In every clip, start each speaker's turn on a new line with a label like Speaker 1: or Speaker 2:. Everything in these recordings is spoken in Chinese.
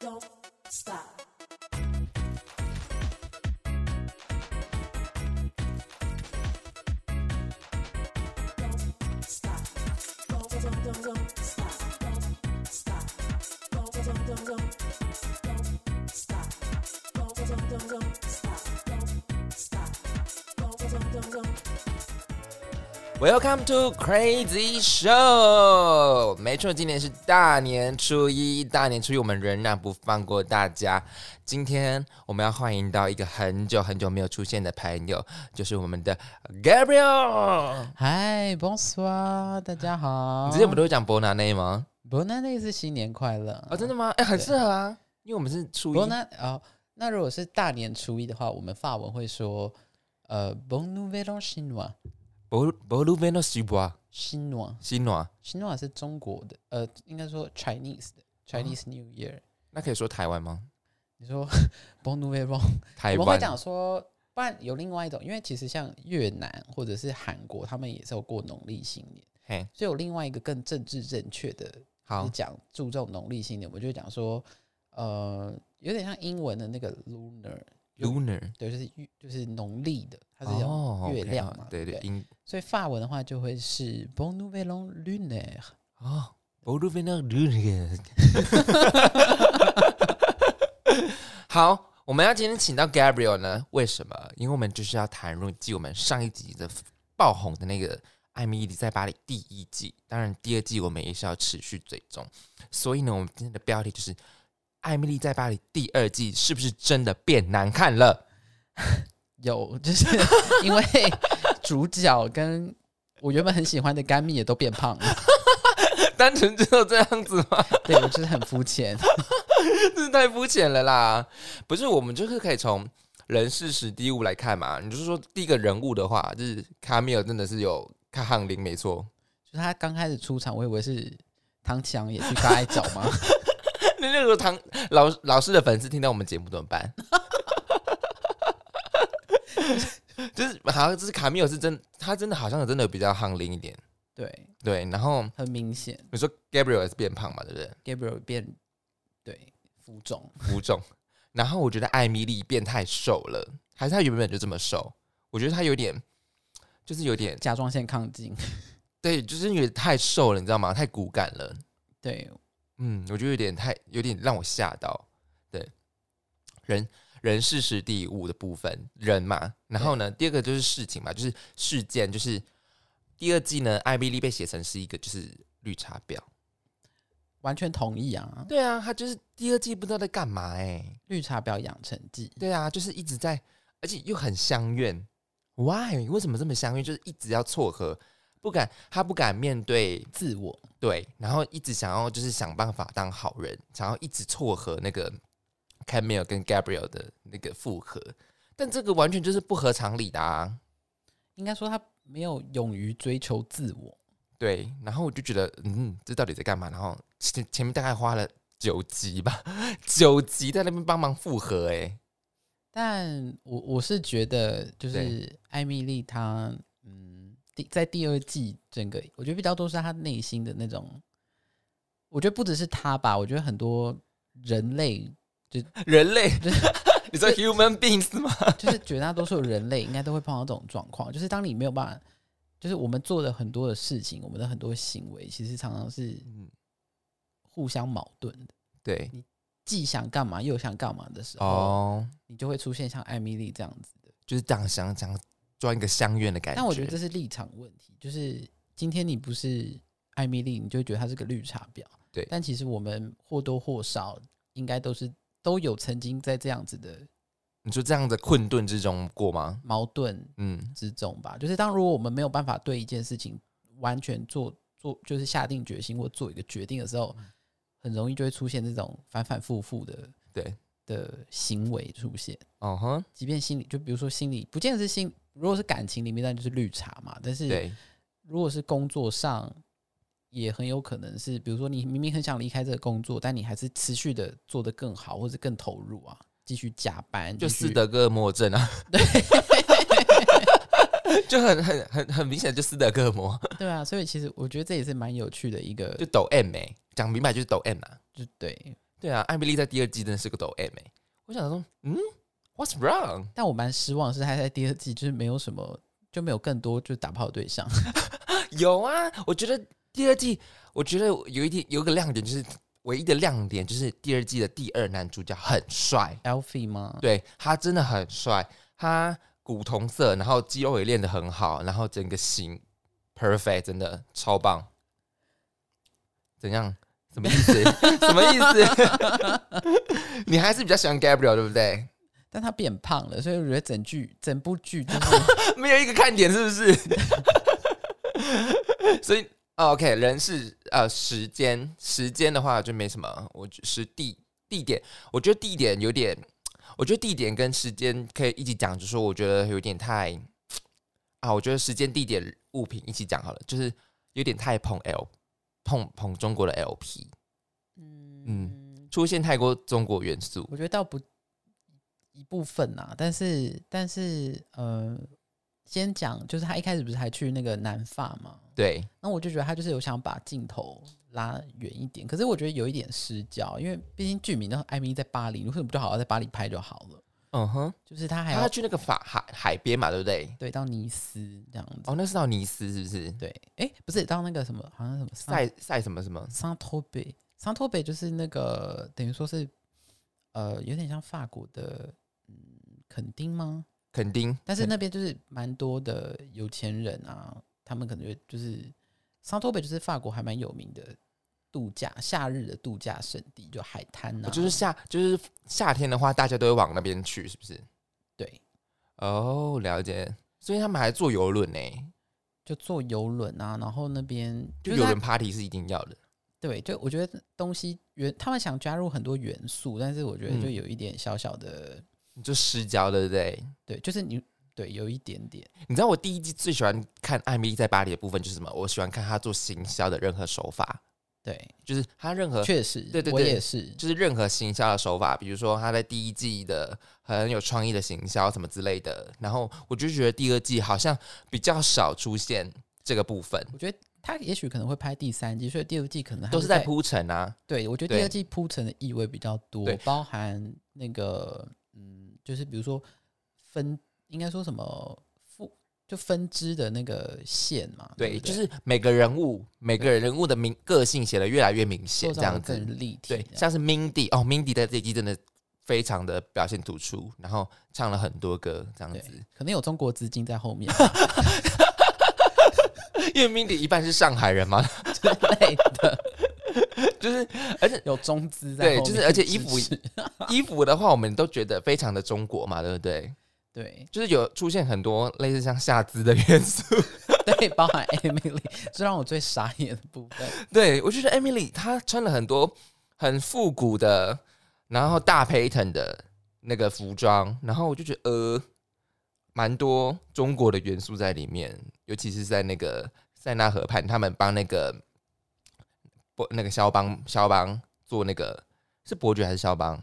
Speaker 1: Don't stop. Don't stop. Don't don't don't don't stop. Don't stop. Don't don't don't don't don't stop. Don't don't don't don't stop. Don't stop. Don't don't don't don't.
Speaker 2: Welcome to Crazy Show。没错，今年是大年初一，大年初一我们仍然不放过大家。今天我们要欢迎到一个很久很久没有出现的朋友，就是我们的 Gabriel。
Speaker 3: 嗨，Bonsoir，大家好。
Speaker 2: 你之前不都会讲伯南内吗？
Speaker 3: Bon a 是新年快乐
Speaker 2: 啊、真的吗？哎、很适合啊，因为我们是初一
Speaker 3: Bon。a 哦，那如果是大年初一的话，我们法文会说呃 Bon Nouvel An 新暖，
Speaker 2: 伯伯鲁贝诺西伯
Speaker 3: 新暖，
Speaker 2: 西暖，
Speaker 3: 新暖是中国的，呃，应该说 Chinese 的 Chinese New Year。
Speaker 2: 那可以说台湾吗？
Speaker 3: 你说 Bon Nouvel An，
Speaker 2: 台
Speaker 3: 我们会
Speaker 2: 湾
Speaker 3: 讲说。不然有另外一种，因为其实像越南或者是韩国，他们也是有过农历新年，
Speaker 2: 嘿，
Speaker 3: 所以有另外一个更政治正确的
Speaker 2: 好
Speaker 3: 是，讲注重农历新年，我就会讲说，呃，有点像英文的那个 lunar，就
Speaker 2: Lunar
Speaker 3: 对，就是月就是农历的，它是
Speaker 2: 哦
Speaker 3: 讲，月
Speaker 2: OK，
Speaker 3: 亮
Speaker 2: 好
Speaker 3: 嘛，
Speaker 2: 对
Speaker 3: 对
Speaker 2: 对
Speaker 3: 不对，
Speaker 2: 英
Speaker 3: 所以法文的话就会是 Bon Nouvel An Lunaire，
Speaker 2: 哦，我路边那个 好，我们要今天请到 Gabriel 呢？为什么？因为我们就是要谈论继我们上一集的爆红的那个《艾米丽在巴黎》第一季，当然第二季我们也是要持续追踪。所以呢，我们今天的标题就是《艾米丽在巴黎》第二季是不是真的变难看了？
Speaker 3: 有就是 因为主角跟我原本很喜欢的甘蜜也都变胖了，
Speaker 2: 单纯只有这样子吗？
Speaker 3: 对我就是很肤浅，
Speaker 2: 真是太肤浅了啦！不是，我们就是可以从人事史第一物来看嘛。你就是说第一个人物的话，就是卡米尔真的是有卡汉林，没错。
Speaker 3: 就是他刚开始出场，我以为是唐强也去搭一脚吗？
Speaker 2: 那那时候唐老老师的粉丝听到我们节目怎么办？ 就是好像就是卡米尔是真，他真的好像有真的比较汉林一点。
Speaker 3: 对，
Speaker 2: 对，然后
Speaker 3: 很明显
Speaker 2: 你说 Gabriel 也是变胖嘛，对不对？
Speaker 3: ，Gabriel 变对浮肿。
Speaker 2: 浮肿。然后我觉得艾米丽变太瘦了，还是她原本就这么瘦？我觉得她有点，就是有点
Speaker 3: 甲状腺亢进。
Speaker 2: 对，就是有点太瘦了，你知道吗？太骨感了。
Speaker 3: 对，
Speaker 2: 嗯，我觉得有点太，有点让我吓到。对，人人事实第五的部分，人嘛。然后呢，第二个就是事情嘛，就是事件，就是第二季呢，艾米丽被写成是一个就是绿茶婊。
Speaker 3: 完全同意啊。
Speaker 2: 对啊，她就是第二季不知道在干嘛哎、
Speaker 3: 绿茶婊养成记，
Speaker 2: 对啊，就是一直在，而且又很相怨。Why？为什么这么相怨？就是一直要撮合，不敢，她不敢面对
Speaker 3: 自我
Speaker 2: 对，然后一直想要就是想办法当好人，想要一直撮合那个 Camille 跟 Gabriel 的那个复合，但这个完全就是不合常理的啊。
Speaker 3: 应该说他没有勇于追求自我。
Speaker 2: 对，然后我就觉得，嗯，这到底在干嘛？然后前前面大概花了九集吧，九集在那边帮忙复合、欸，
Speaker 3: 但我我是觉得，就是艾米丽她，嗯，第在第二季整个，我觉得比较多是她内心的那种。我觉得不只是她吧，我觉得很多人类，
Speaker 2: 人 类
Speaker 3: 对，
Speaker 2: 你说 human beings 吗？
Speaker 3: 就是绝大多数人类应该都会碰到这种状况，就是当你没有办法，就是我们做的很多的事情，我们的很多行为，其实常常是
Speaker 2: 嗯，
Speaker 3: 互相矛盾的。
Speaker 2: 对，
Speaker 3: 既想干嘛又想干嘛的时候，
Speaker 2: 哦，
Speaker 3: 你就会出现像艾米丽这样子的。
Speaker 2: 就是这样想想装一个相怨的感觉。
Speaker 3: 但我觉得这是立场问题，就是今天你不是艾米丽，你就会觉得她是个绿茶婊。
Speaker 2: 对
Speaker 3: 但其实我们或多或少应该都是都有曾经在这样子的
Speaker 2: 你说这样的困顿之中过吗？
Speaker 3: 矛盾
Speaker 2: 嗯，
Speaker 3: 之中吧。就是当如果我们没有办法对一件事情完全做做，就是下定决心或做一个决定的时
Speaker 2: 嗯
Speaker 3: 候，很容易就会出现这种反反复复的
Speaker 2: 对，
Speaker 3: 的行为出现。
Speaker 2: 哦哼，
Speaker 3: 即便心里，就比如说心里，不见得是心，如果是感情里面，那就是绿茶嘛。但是
Speaker 2: 对，
Speaker 3: 如果是工作上，也很有可能是，比如说你明明很想离开这个工作，但你还是持续的做得更好，或者更投入啊，继续加班，
Speaker 2: 就
Speaker 3: 继续
Speaker 2: 斯。德哥尔摩症啊， 对，就很很很很明显，就斯德哥尔摩，
Speaker 3: 对啊，所以其实我觉得这也是蛮有趣的一个，
Speaker 2: 欸就抖 M 哎、讲明白就是抖 M 啊。
Speaker 3: 就对，
Speaker 2: 对啊，艾米丽在第二季真的是个抖 M 哎、我想说，嗯，What's wrong？
Speaker 3: 但我蛮失望的是，他在第二季就是没有什么，就没有更多就打炮的对象。
Speaker 2: 有啊，我觉得第二季，我觉得有一点有一个亮点，就是唯一的亮点就是第二季的第二男主角很帅，
Speaker 3: Alfie 吗？
Speaker 2: 对他真的很帅，他古铜色，然后肌肉也练得很好，然后整个型 perfect，真的超棒。怎样？什么意思？ 什么意思？ 你还是比较喜欢 Gabriel 对不对？
Speaker 3: 但他变胖了，所以我觉得整剧整部 剧就是
Speaker 2: 没有一个看点，是不 是？所以哦 OK，人是呃时间，时间的话就没什么，我只是地地点，我觉得地点有点，我觉得地点跟时间可以一起讲，就是说我觉得有点太啊，我觉得时间、地点、物品一起讲好了，就是有点太捧 L 捧捧中国的 LP，
Speaker 3: 嗯，
Speaker 2: 出现太多中国元素，
Speaker 3: 我觉得倒不一部分呐、但是但是呃，先讲就是他一开始不是还去那个南法嘛，
Speaker 2: 对，
Speaker 3: 那我就觉得他就是有想把镜头拉远一点，可是我觉得有一点失焦，因为毕竟剧名叫《艾米丽在巴黎》，为什么不就好好在巴黎拍就好了？
Speaker 2: 嗯哼，
Speaker 3: 就是他还
Speaker 2: 他要
Speaker 3: 要
Speaker 2: 去那个法海海边嘛，对不对？
Speaker 3: 对到尼斯这样子，
Speaker 2: 哦，那是到尼斯是不是？
Speaker 3: 对，哎、不是到那个什么，好像什么塞。
Speaker 2: 赛赛什么什么？
Speaker 3: 桑托北，桑托北就是那个等于说是，呃，有点像法国的，嗯，垦丁吗？
Speaker 2: 垦丁，
Speaker 3: 但是那边就是蛮多的有钱人啊，他们可能就就是桑托北就是法国还蛮有名的度假夏日的度假胜地，就海滩啊，
Speaker 2: 哦就是夏，就是夏天的话，大家都会往那边去，是不是？
Speaker 3: 对，
Speaker 2: 哦，了解。所以他们还坐游轮呢，
Speaker 3: 就坐游轮啊，然后那边
Speaker 2: 就
Speaker 3: 就是
Speaker 2: 游
Speaker 3: 它
Speaker 2: 轮 party 是一定要的。
Speaker 3: 对，就我觉得东西原他们想加入很多元素，但是我觉得就
Speaker 2: 嗯
Speaker 3: 有一点小小的，
Speaker 2: 你就失焦，对不对？
Speaker 3: 对，就是你对有一点点。
Speaker 2: 你知道我第一季最喜欢看艾米丽在巴黎的部分就是什么？我喜欢看她做行销的任何手法，
Speaker 3: 对，
Speaker 2: 就是她任何
Speaker 3: 确实，
Speaker 2: 对对
Speaker 3: 我
Speaker 2: 对
Speaker 3: 也是，
Speaker 2: 就是任何行销的手法，比如说他在第一季的很有创意的行销什么之类的，然后我就觉得第二季好像比较少出现这个部分，
Speaker 3: 我觉得他也许可能会拍第三季，所以第二季可能还
Speaker 2: 都是
Speaker 3: 是
Speaker 2: 在。铺陈啊。
Speaker 3: 对，我觉得第
Speaker 2: 对
Speaker 3: 二季铺陈的意味比较多
Speaker 2: 对，
Speaker 3: 包含那个嗯，就是比如说分，应该说什么复就分支的那个线嘛，哦对
Speaker 2: 对，
Speaker 3: 不
Speaker 2: 就
Speaker 3: 对
Speaker 2: 是每个人物每个人物的明个性写的越来越明显，
Speaker 3: 塑
Speaker 2: 这
Speaker 3: 造
Speaker 2: 样
Speaker 3: 的
Speaker 2: 子。
Speaker 3: 更立体
Speaker 2: 对，
Speaker 3: 这样。
Speaker 2: 像是 Mindy 哦，Mindy 在这一季真的非常的表现突出，然后唱了很多歌这样
Speaker 3: 对
Speaker 2: 子，，
Speaker 3: 可能有中国资金 在后面
Speaker 2: 因为 Mindy 一半是上海人嘛，
Speaker 3: 之类的，
Speaker 2: 就是
Speaker 3: 有中资在
Speaker 2: 对
Speaker 3: 后
Speaker 2: 就
Speaker 3: 面支持。
Speaker 2: 是而且衣服衣服的话，我们都觉得非常的中国嘛，对不对？
Speaker 3: 对
Speaker 2: 就是有出现很多类似像夏姿的元素。
Speaker 3: 对，包含 Emily，这 让我最傻眼的部分。
Speaker 2: 对我就觉得 Emily 她穿了很多很复古的，然后大 pattern 的那个服装，然后我就觉得呃，蛮多中国的元素在里面，尤其是在那个塞纳河畔，他们帮那个伯那个肖邦肖邦做那个是伯爵还是肖邦，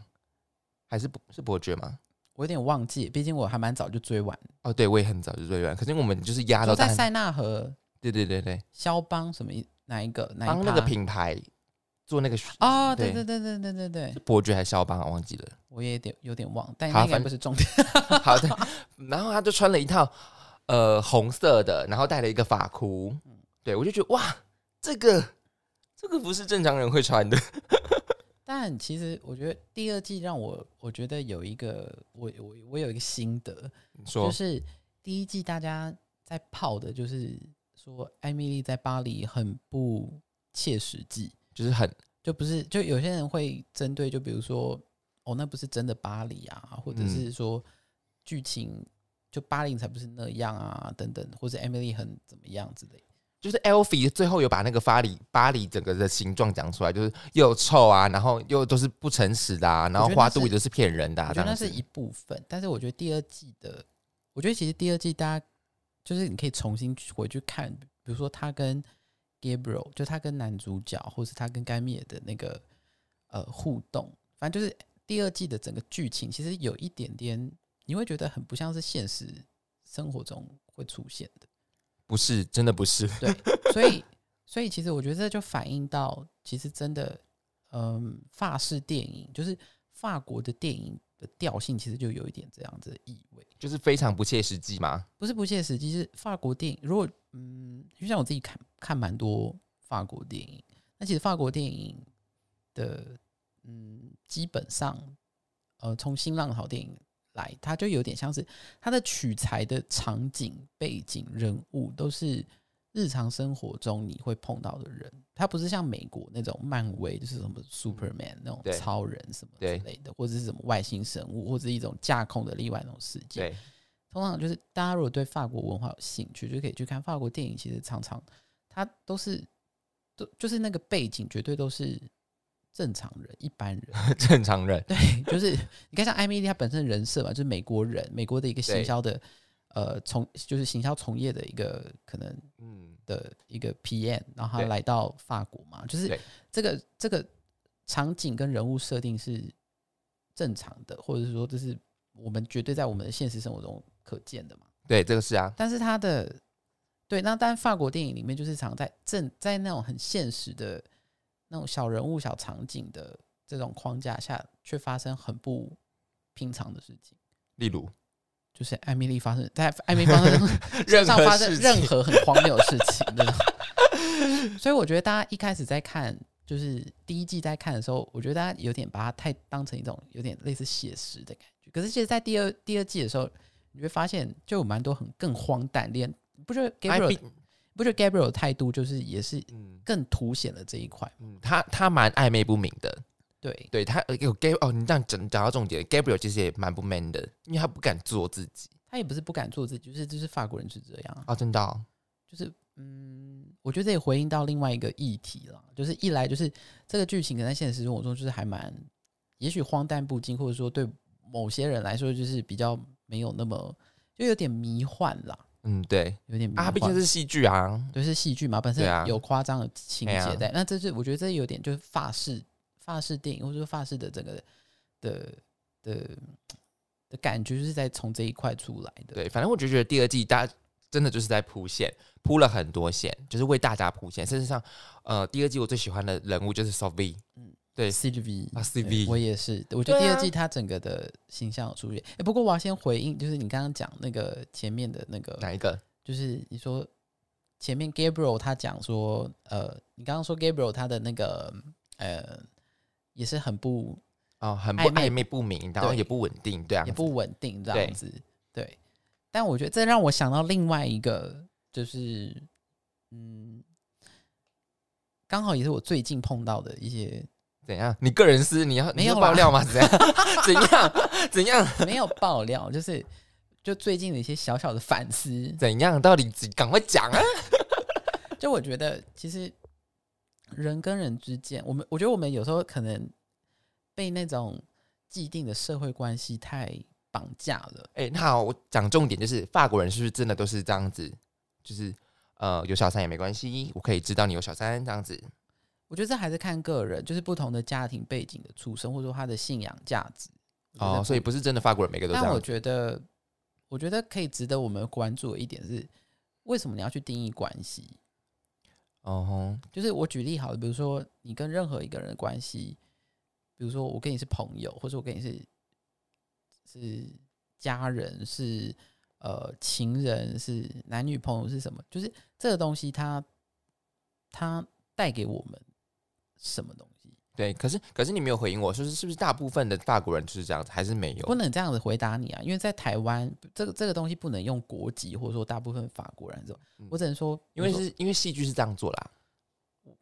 Speaker 2: 还是伯是伯爵吗？
Speaker 3: 我有点忘记，毕竟我还蛮早就追完。
Speaker 2: 哦，对，我也很早就追完，可是我们就是压到
Speaker 3: 就在
Speaker 2: 大家
Speaker 3: 塞纳河
Speaker 2: 对对对对，
Speaker 3: 肖邦什么一哪一个哪一
Speaker 2: 帮那个
Speaker 3: 趴
Speaker 2: 品牌做那个
Speaker 3: 哦，对对
Speaker 2: 对
Speaker 3: 对对对对对
Speaker 2: 是，伯爵还是肖邦啊，忘记了。
Speaker 3: 我也有点有点忘，但
Speaker 2: 好
Speaker 3: 那应该
Speaker 2: 反
Speaker 3: 不是重点。
Speaker 2: 好的，然后他就穿了一套呃红色的，然后戴了一个发箍，对我就觉得哇，这个这个不是正常人会穿的。
Speaker 3: 但其实我觉得第二季让我我觉得有一个我我我有一个心得，
Speaker 2: 你
Speaker 3: 就
Speaker 2: 说、
Speaker 3: 是第一季大家在泡的就是说艾米丽在巴黎很不切实际，
Speaker 2: 就是很
Speaker 3: 就不是就有些人会针对，就比如说哦，那不是真的巴黎啊，或者
Speaker 2: 嗯
Speaker 3: 是说剧情。就巴黎才不是那样啊，等等，或者 Emily 很怎么样之类的
Speaker 2: 就是 Elfi 最后有把那个巴黎巴黎整个的形状讲出来，就是又臭啊，然后又都是不诚实的啊，然后
Speaker 3: 我觉得
Speaker 2: 花
Speaker 3: 那是
Speaker 2: 都里都是骗人的、啊，
Speaker 3: 我
Speaker 2: 这
Speaker 3: 觉得
Speaker 2: 样
Speaker 3: 那是
Speaker 2: 子。
Speaker 3: 一部分，但是我觉得第二季的，我觉得其实第二季大家就是你可以重新去回去看，比如说他跟 Gabriel，就他跟男主角，或是他跟盖米尔的那个呃互动，反正就是第二季的整个剧情，其实有一点点你会觉得很不像是现实生活中会出现的。
Speaker 2: 不是，真的不是。
Speaker 3: 对，所以所以其实我觉得这就反映到，其实真的，嗯法式电影，就是法国的电影的调性，其实就有一点这样子的意味，
Speaker 2: 就是非常不切实际嘛。
Speaker 3: 不是不切实际，是法国电影。如果嗯，就像我自己看看蛮多法国电影，那其实法国电影的嗯，基本上呃，从新浪潮电影来，它就有点像是它的取材的场景、背景、人物都是日常生活中你会碰到的人，它不是像美国那种漫威就是什么 Superman 那种
Speaker 2: 嗯对
Speaker 3: 超人什么之
Speaker 2: 对
Speaker 3: 类的，或者是什么外星生物，或者是一种架空的另外一种世界。
Speaker 2: 对，
Speaker 3: 通常就是大家如果对法国文化有兴趣，就可以去看法国电影。其实常常它都是都就是那个背景绝对都是正常人、一般人。
Speaker 2: 正常人
Speaker 3: 对，就是你看像艾米丽，她本身人设嘛，就是美国人，美国的一个行
Speaker 2: 对
Speaker 3: 销的呃从就是行销从业的一个可能
Speaker 2: 嗯，
Speaker 3: 的一个 PM，然后他
Speaker 2: 对
Speaker 3: 来到法国嘛，就是
Speaker 2: 对
Speaker 3: 这个这个场景跟人物设定是正常的，或者是说这是我们绝对在我们的现实生活中可见的嘛。
Speaker 2: 对，这个是啊，
Speaker 3: 但是他的对，那当然法国电影里面就是常在正在那种很现实的那种小人物、小场景的这种框架下，却发生很不平常的事情。
Speaker 2: 例如
Speaker 3: 就是艾米丽发生在艾米丽发生身
Speaker 2: 任
Speaker 3: 上
Speaker 2: 何
Speaker 3: 发生
Speaker 2: 事
Speaker 3: 任
Speaker 2: 情
Speaker 3: 何很荒谬的事情，真的。 所以我觉得大家一开始在看，就是第一季在看的时候，我觉得大家有点把它太当成一种有点类似写实的感觉。可是其实，在第二第二季的时候，你会发现就有蛮多很更荒诞，连不觉得
Speaker 2: I
Speaker 3: Gabriel
Speaker 2: be-
Speaker 3: 不觉得 Gabriel 的态度就是也是
Speaker 2: 嗯
Speaker 3: 更凸显了这一块。
Speaker 2: 嗯，他他蛮暧昧不明的，
Speaker 3: 对
Speaker 2: 对他呃有 Gab 哦，你这样讲讲到重点，Gabriel 其实也蛮不 man 的，因为他不敢做自己
Speaker 3: 他也不是不敢做自己，就是就是法国人是这样啊。
Speaker 2: 哦，真的哦、
Speaker 3: 就是嗯，我觉得这也回应到另外一个议题了，就是一来就是这个剧情可能在现实生活中就是还蛮，也许荒诞不经，或者说对某些人来说就是比较没有那么，就有点迷幻啦，
Speaker 2: 嗯，对，
Speaker 3: 有点迷
Speaker 2: 啊，
Speaker 3: 幻。
Speaker 2: 他毕竟是戏剧啊，
Speaker 3: 对是戏剧嘛，本身
Speaker 2: 对啊
Speaker 3: 有夸张的情
Speaker 2: 哎呀
Speaker 3: 节在，那这是我觉得这有点就是法式法式电影或者说法式的整个的的的感觉，就是在从这一块出来的。
Speaker 2: 对，反正我就觉得第二季大家真的就是在铺线，铺了很多线，就是为大家铺线。事实上，呃，第二季我最喜欢的人物就是 Sophie，
Speaker 3: 嗯
Speaker 2: 嗯，对
Speaker 3: CV
Speaker 2: 啊
Speaker 3: 对
Speaker 2: CV
Speaker 3: 我也是，我觉得
Speaker 2: 对
Speaker 3: 第
Speaker 2: 啊
Speaker 3: 二季它整个的形象有出现。哎、不过我要先回应，就是你刚刚讲那个前面的那个，
Speaker 2: 哪一个？
Speaker 3: 就是你说前面 Gabriel 他讲说，呃，你刚刚说 Gabriel 他的那个呃也是很不
Speaker 2: 哦，很不
Speaker 3: 暧昧
Speaker 2: 暧昧不明，然后
Speaker 3: 对
Speaker 2: 也不稳定，对啊，
Speaker 3: 也不稳定这样
Speaker 2: 对
Speaker 3: 子，对。但我觉得这让我想到另外一个，就是嗯，刚好也是我最近碰到的一些
Speaker 2: 怎样？你个人私，你要
Speaker 3: 没
Speaker 2: 你要
Speaker 3: 有啦
Speaker 2: 爆料吗？怎样？ 怎样？怎样？
Speaker 3: 没有爆料，就是就最近的一些小小的反思。
Speaker 2: 怎样？到底几赶快讲啊！
Speaker 3: 就我觉得，其实人跟人之间，我们我觉得我们有时候可能被那种既定的社会关系太绑架了。
Speaker 2: 哎、那好，我讲重点就是法国人是不是真的都是这样子？就是呃，有小三也没关系，我可以知道你有小三这样子。
Speaker 3: 我觉得这还是看个人，就是不同的家庭背景的出身，或者说他的信仰价值。我觉得
Speaker 2: 哦，
Speaker 3: 不
Speaker 2: 所以不是真的法国人每个都这
Speaker 3: 但我
Speaker 2: 样。
Speaker 3: 觉得，我觉得可以值得我们关注的一点是，为什么你要去定义关系？
Speaker 2: 哦吼，
Speaker 3: 就是我举例好了，比如说你跟任何一个人的关系，比如说我跟你是朋友，或者我跟你是是家人，是呃情人，是男女朋友，是什么？就是这个东西它，它带给我们什么东西？
Speaker 2: 对，可是可是你没有回应我，说是是不是大部分的法国人就是这样子，还是没有？
Speaker 3: 不能这样子回答你啊，因为在台湾，这个这个东西不能用国籍，或者说大部分法国人这种，
Speaker 2: 嗯
Speaker 3: 我只能说，
Speaker 2: 因为
Speaker 3: 比如说
Speaker 2: 是因为戏剧是这样做啦。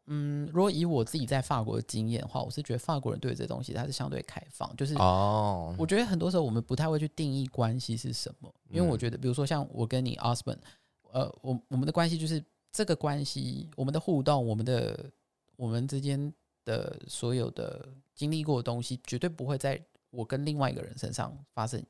Speaker 3: 嗯，如果以我自己在法国的经验的话，我是觉得法国人对这东西他是相对开放，就是
Speaker 2: 哦，
Speaker 3: 我觉得很多时候我们不太会去定义关系是什么，因为我
Speaker 2: 嗯
Speaker 3: 觉得，比如说像我跟你 Osman，呃，我我们的关系就是这个关系，我们的互动，我们的我们之间的所有的经历过的东西，绝对不会在我跟另外一个人身上发生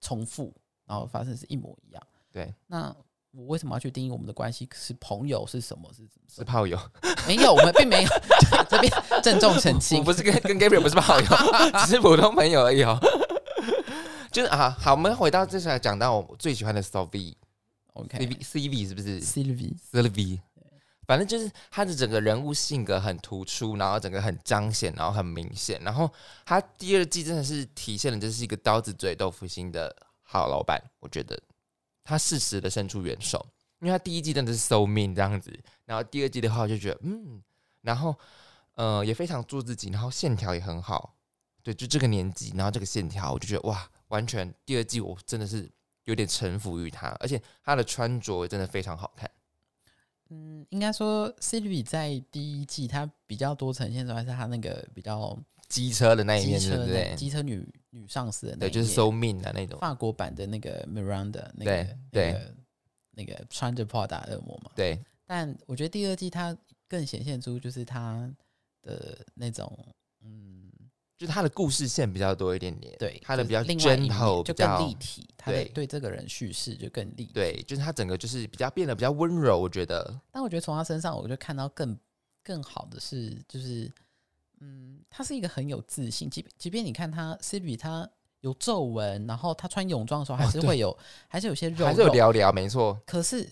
Speaker 3: 重复，然后发生是一模一样。
Speaker 2: 对，
Speaker 3: 那我为什么要去定义我们的关系是朋友是什么是什么？
Speaker 2: 是炮友，
Speaker 3: 没有，我们并没有 这边郑重澄
Speaker 2: 我
Speaker 3: 清
Speaker 2: 不。是跟跟 Gabriel 不是炮友， 只是普通朋友而已哦。 就是啊，好，我们回到这来讲到我最喜欢的 Sophie
Speaker 3: OK，
Speaker 2: CV CV 是不是
Speaker 3: Sylvie，
Speaker 2: Sylvie？反正就是他的整个人物性格很突出，然后整个很彰显，然后很明显。然后他第二季真的是体现了这是一个刀子嘴豆腐心的好老板，我觉得他适时的伸出援手，因为他第一季真的是 so mean 这样子，然后第二季的话我就觉得嗯，然后呃也非常做自己，然后线条也很好，对，就这个年纪，然后这个线条，我就觉得哇，完全第二季我真的是有点臣服于他，而且他的穿着真的非常好看。
Speaker 3: 嗯，应该说 Sylvie 在第一季她比较多呈现出来是她那个比较
Speaker 2: 机车的那一
Speaker 3: 机
Speaker 2: 面，
Speaker 3: 车
Speaker 2: 对不
Speaker 3: 的
Speaker 2: 对？
Speaker 3: 机车女女上司的那
Speaker 2: 对，
Speaker 3: 一
Speaker 2: 就是
Speaker 3: 面
Speaker 2: so mean 的那种。
Speaker 3: 法国版的那个 Miranda 那
Speaker 2: 对
Speaker 3: 个
Speaker 2: 对
Speaker 3: 那个那个穿着 Prada 恶魔嘛。
Speaker 2: 对，
Speaker 3: 但我觉得第二季它更显现出就是它的那种嗯，
Speaker 2: 就是他的故事线比较多一点点，
Speaker 3: 对，
Speaker 2: 他的
Speaker 3: 就是
Speaker 2: 比较
Speaker 3: 另外一面
Speaker 2: gentle，比
Speaker 3: 就
Speaker 2: 较
Speaker 3: 更立体，他的
Speaker 2: 对
Speaker 3: 对这个人叙事就更立体。
Speaker 2: 对，就是他整个就是比较变得比较温柔，我觉得
Speaker 3: 但我觉得从他身上，我就看到更更好的是，就是嗯，他是一个很有自信，即便即便你看他 C B 他有皱纹，然后他穿泳装的时候还是
Speaker 2: 哦对
Speaker 3: 会有，还是有些肉
Speaker 2: 还是有
Speaker 3: 肉，
Speaker 2: 聊聊，没错，
Speaker 3: 可是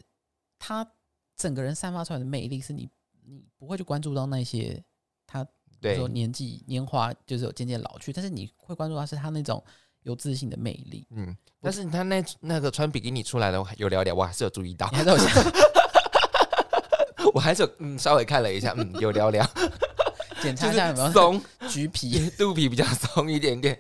Speaker 3: 他整个人散发出来的魅力，是你你不会去关注到那些他比如
Speaker 2: 对
Speaker 3: 说，年纪年华就是有渐渐老去，但是你会关注到是他那种有自信的魅力。
Speaker 2: 嗯。但是他那那个穿比基尼出来的，我还有聊聊，我还是有注意到
Speaker 3: 你，还是有想
Speaker 2: 我还是有嗯稍微看了一下，嗯，有聊聊，
Speaker 3: 检查
Speaker 2: 就
Speaker 3: 一下有
Speaker 2: 是
Speaker 3: 没有
Speaker 2: 松，
Speaker 3: 橘皮，
Speaker 2: 肚皮比较松一点 点。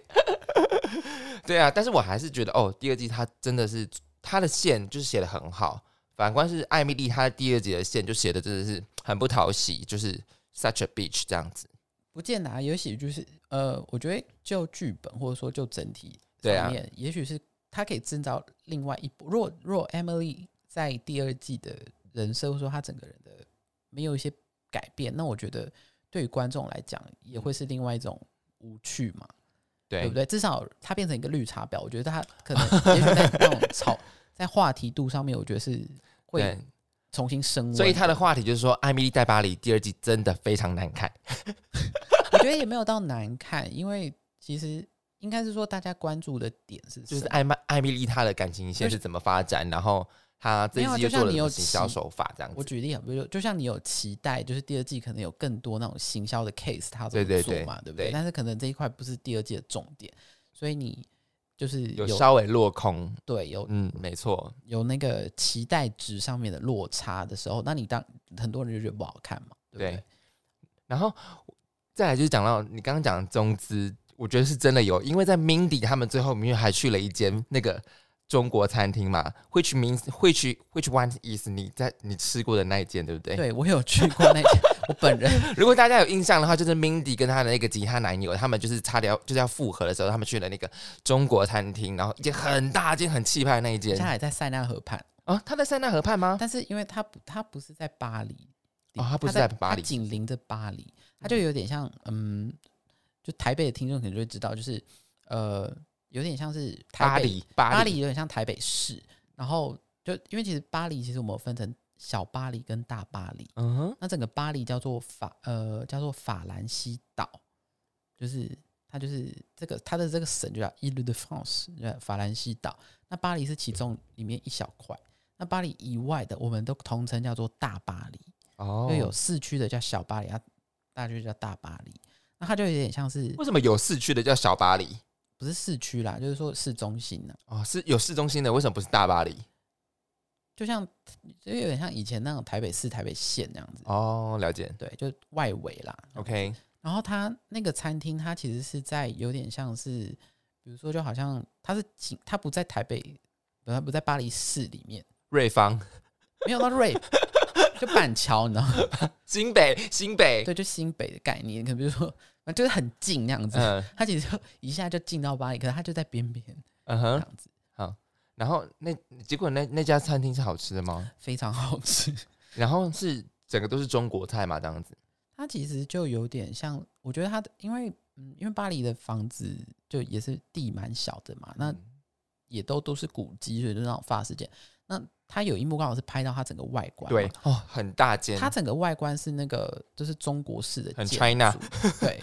Speaker 2: 对啊，但是我还是觉得哦，第二季他真的是他的线就是写的很好，反观是艾米丽，她第二季的线就写的真的是很不讨喜，就是 such a bitch 这样子。
Speaker 3: 不见得、啊。也许就是呃，我觉得就剧本或者说就整体
Speaker 2: 对
Speaker 3: 上
Speaker 2: 啊
Speaker 3: 面，也许是他可以制造另外一波。若若 Emily 在第二季的人设，或者说他整个人的没有一些改变，那我觉得对于观众来讲也会是另外一种无趣嘛。
Speaker 2: 对，
Speaker 3: 对不对？至少它变成一个绿茶婊，我觉得它可能也许在那种吵在话题度上面，我觉得是会
Speaker 2: 对
Speaker 3: 重新升温。
Speaker 2: 所以他的话题就是说，《艾米丽在巴黎》第二季真的非常难看。
Speaker 3: 我觉得也没有到难看，因为其实应该是说大家关注的点是
Speaker 2: 就是
Speaker 3: 什么
Speaker 2: 艾曼艾米丽她的感情线是怎么发展，然后她这
Speaker 3: 没有
Speaker 2: 一
Speaker 3: 啊
Speaker 2: 季又
Speaker 3: 就像
Speaker 2: 做了
Speaker 3: 你
Speaker 2: 什
Speaker 3: 有
Speaker 2: 么行销
Speaker 3: 期
Speaker 2: 手法这样
Speaker 3: 我
Speaker 2: 子。
Speaker 3: 举例啊，比如就像你有期待，就是第二季可能有更多那种行销的 case，它怎
Speaker 2: 对
Speaker 3: 么
Speaker 2: 对
Speaker 3: 做
Speaker 2: 对
Speaker 3: 嘛，对不
Speaker 2: 对
Speaker 3: 对？但是可能这一块不是第二季的重点，所以你就是
Speaker 2: 有稍微落空，
Speaker 3: 对有
Speaker 2: 嗯，没错，
Speaker 3: 有那个期待值上面的落差的时候，那你当很多人就觉得不好看嘛，对不
Speaker 2: 对然后再来就是讲到你刚刚讲的中资，我觉得是真的有，因为在 Mindy 他们最后面还去了一间那个中国餐厅嘛，which means which which one is 你在你吃过的那一间，对不对？
Speaker 3: 对我有去过那间， 我本人
Speaker 2: 如果大家有印象的话，就是 Mindy 跟她的那个吉他男友，他们就是差点要就是要复合的时候，他们去了那个中国餐厅，然后一间很大间、很气派的那一间
Speaker 3: 现在在塞纳河畔，
Speaker 2: 啊，他在塞纳河畔吗？
Speaker 3: 但是因为它不，它不是在巴黎，
Speaker 2: 哦它不是在
Speaker 3: 在
Speaker 2: 巴黎
Speaker 3: 它紧邻着巴黎，它就有点像，嗯，就台北的听众可能就会知道，就是呃，有点像是台
Speaker 2: 巴
Speaker 3: 北，
Speaker 2: 黎，巴黎，
Speaker 3: 巴黎有点像台北市，然后就因为其实巴黎其实我们有分成小巴黎跟大巴黎，
Speaker 2: 嗯哼，
Speaker 3: 那整个巴黎叫做法呃叫做法兰西岛，就是它就是这个它的这个省就叫 Ile de France，就叫法兰西岛。那巴黎是其中里面一小块。那巴黎以外的，我们都统称叫做大巴黎，
Speaker 2: 哦
Speaker 3: 就，有市区的叫小巴黎，啊，大区叫大巴黎。那它就有点像是
Speaker 2: 为什么有市区的叫小巴黎？
Speaker 3: 不是市区啦，就是说市中心呢、啊
Speaker 2: 哦，是有市中心的，为什么不是大巴黎？
Speaker 3: 就像就有点像以前那种台北市、台北县那样子。
Speaker 2: 哦，了解
Speaker 3: 对，就外围啦。
Speaker 2: ，OK，
Speaker 3: 然后它那个餐厅，它其实是在有点像是，比如说，就好像它是紧，它不在台北，不它不在巴黎市里面，
Speaker 2: 瑞芳，
Speaker 3: 没有到瑞，就板桥，你知道吗？
Speaker 2: 新北，新北，
Speaker 3: 对，就新北的概念，可能比如说，反正就是很近那样子。
Speaker 2: 嗯
Speaker 3: 它其实就一下就进到巴黎，可是它就在边边
Speaker 2: 嗯
Speaker 3: 这
Speaker 2: 哼，
Speaker 3: 样子，
Speaker 2: 然后那结果那那家餐厅是好吃的吗？
Speaker 3: 非常好吃。
Speaker 2: 然后是整个都是中国菜嘛，这样子，
Speaker 3: 它其实就有点像，我觉得它的，因为嗯，因为巴黎的房子就也是地蛮小的嘛，那
Speaker 2: 嗯
Speaker 3: 也都都是古迹，所以就那种发事件。那它有一幕刚好是拍到它整个外观，
Speaker 2: 对，哦，很大间，
Speaker 3: 它整个外观是那个就是中国式的
Speaker 2: 很
Speaker 3: 建
Speaker 2: China
Speaker 3: 筑对。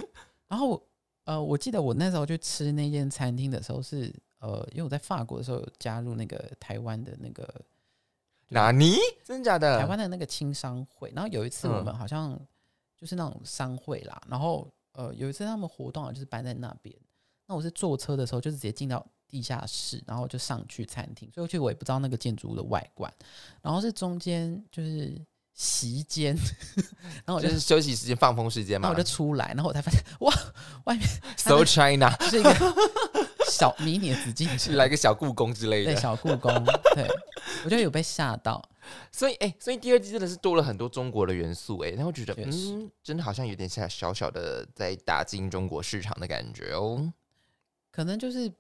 Speaker 3: 然后我呃，我记得我那时候去吃那间餐厅的时候是呃，因为我在法国的时候有加入那个台湾的那个。
Speaker 2: 哪尼？真的假的？
Speaker 3: 台湾的那个青商会，然后有一次我
Speaker 2: 嗯
Speaker 3: 们好像就是那种商会啦，然后呃有一次他们活动啊就是办在那边，那我是坐车的时候就是直接进到地下室，然后就上去餐厅，所以其实我也不知道那个建筑物的外观，然后是中间就是席间， 然后我就
Speaker 2: 就是休息时间、放风时间
Speaker 3: 然
Speaker 2: 嘛
Speaker 3: 后我就。出来，然后我才发现 哇，外面
Speaker 2: So China，
Speaker 3: 是一个小迷你的紫禁城，
Speaker 2: 来个小故宫之类
Speaker 3: 对
Speaker 2: 的。
Speaker 3: 小故宫，对我觉得有被吓到，
Speaker 2: 所以，哎、所以第二季真的是多了很多中国的元素、哎，然后觉得，
Speaker 3: 确实
Speaker 2: 嗯，真的好像有点像小小的在打进中国市场的感觉哦。
Speaker 3: 可能就是，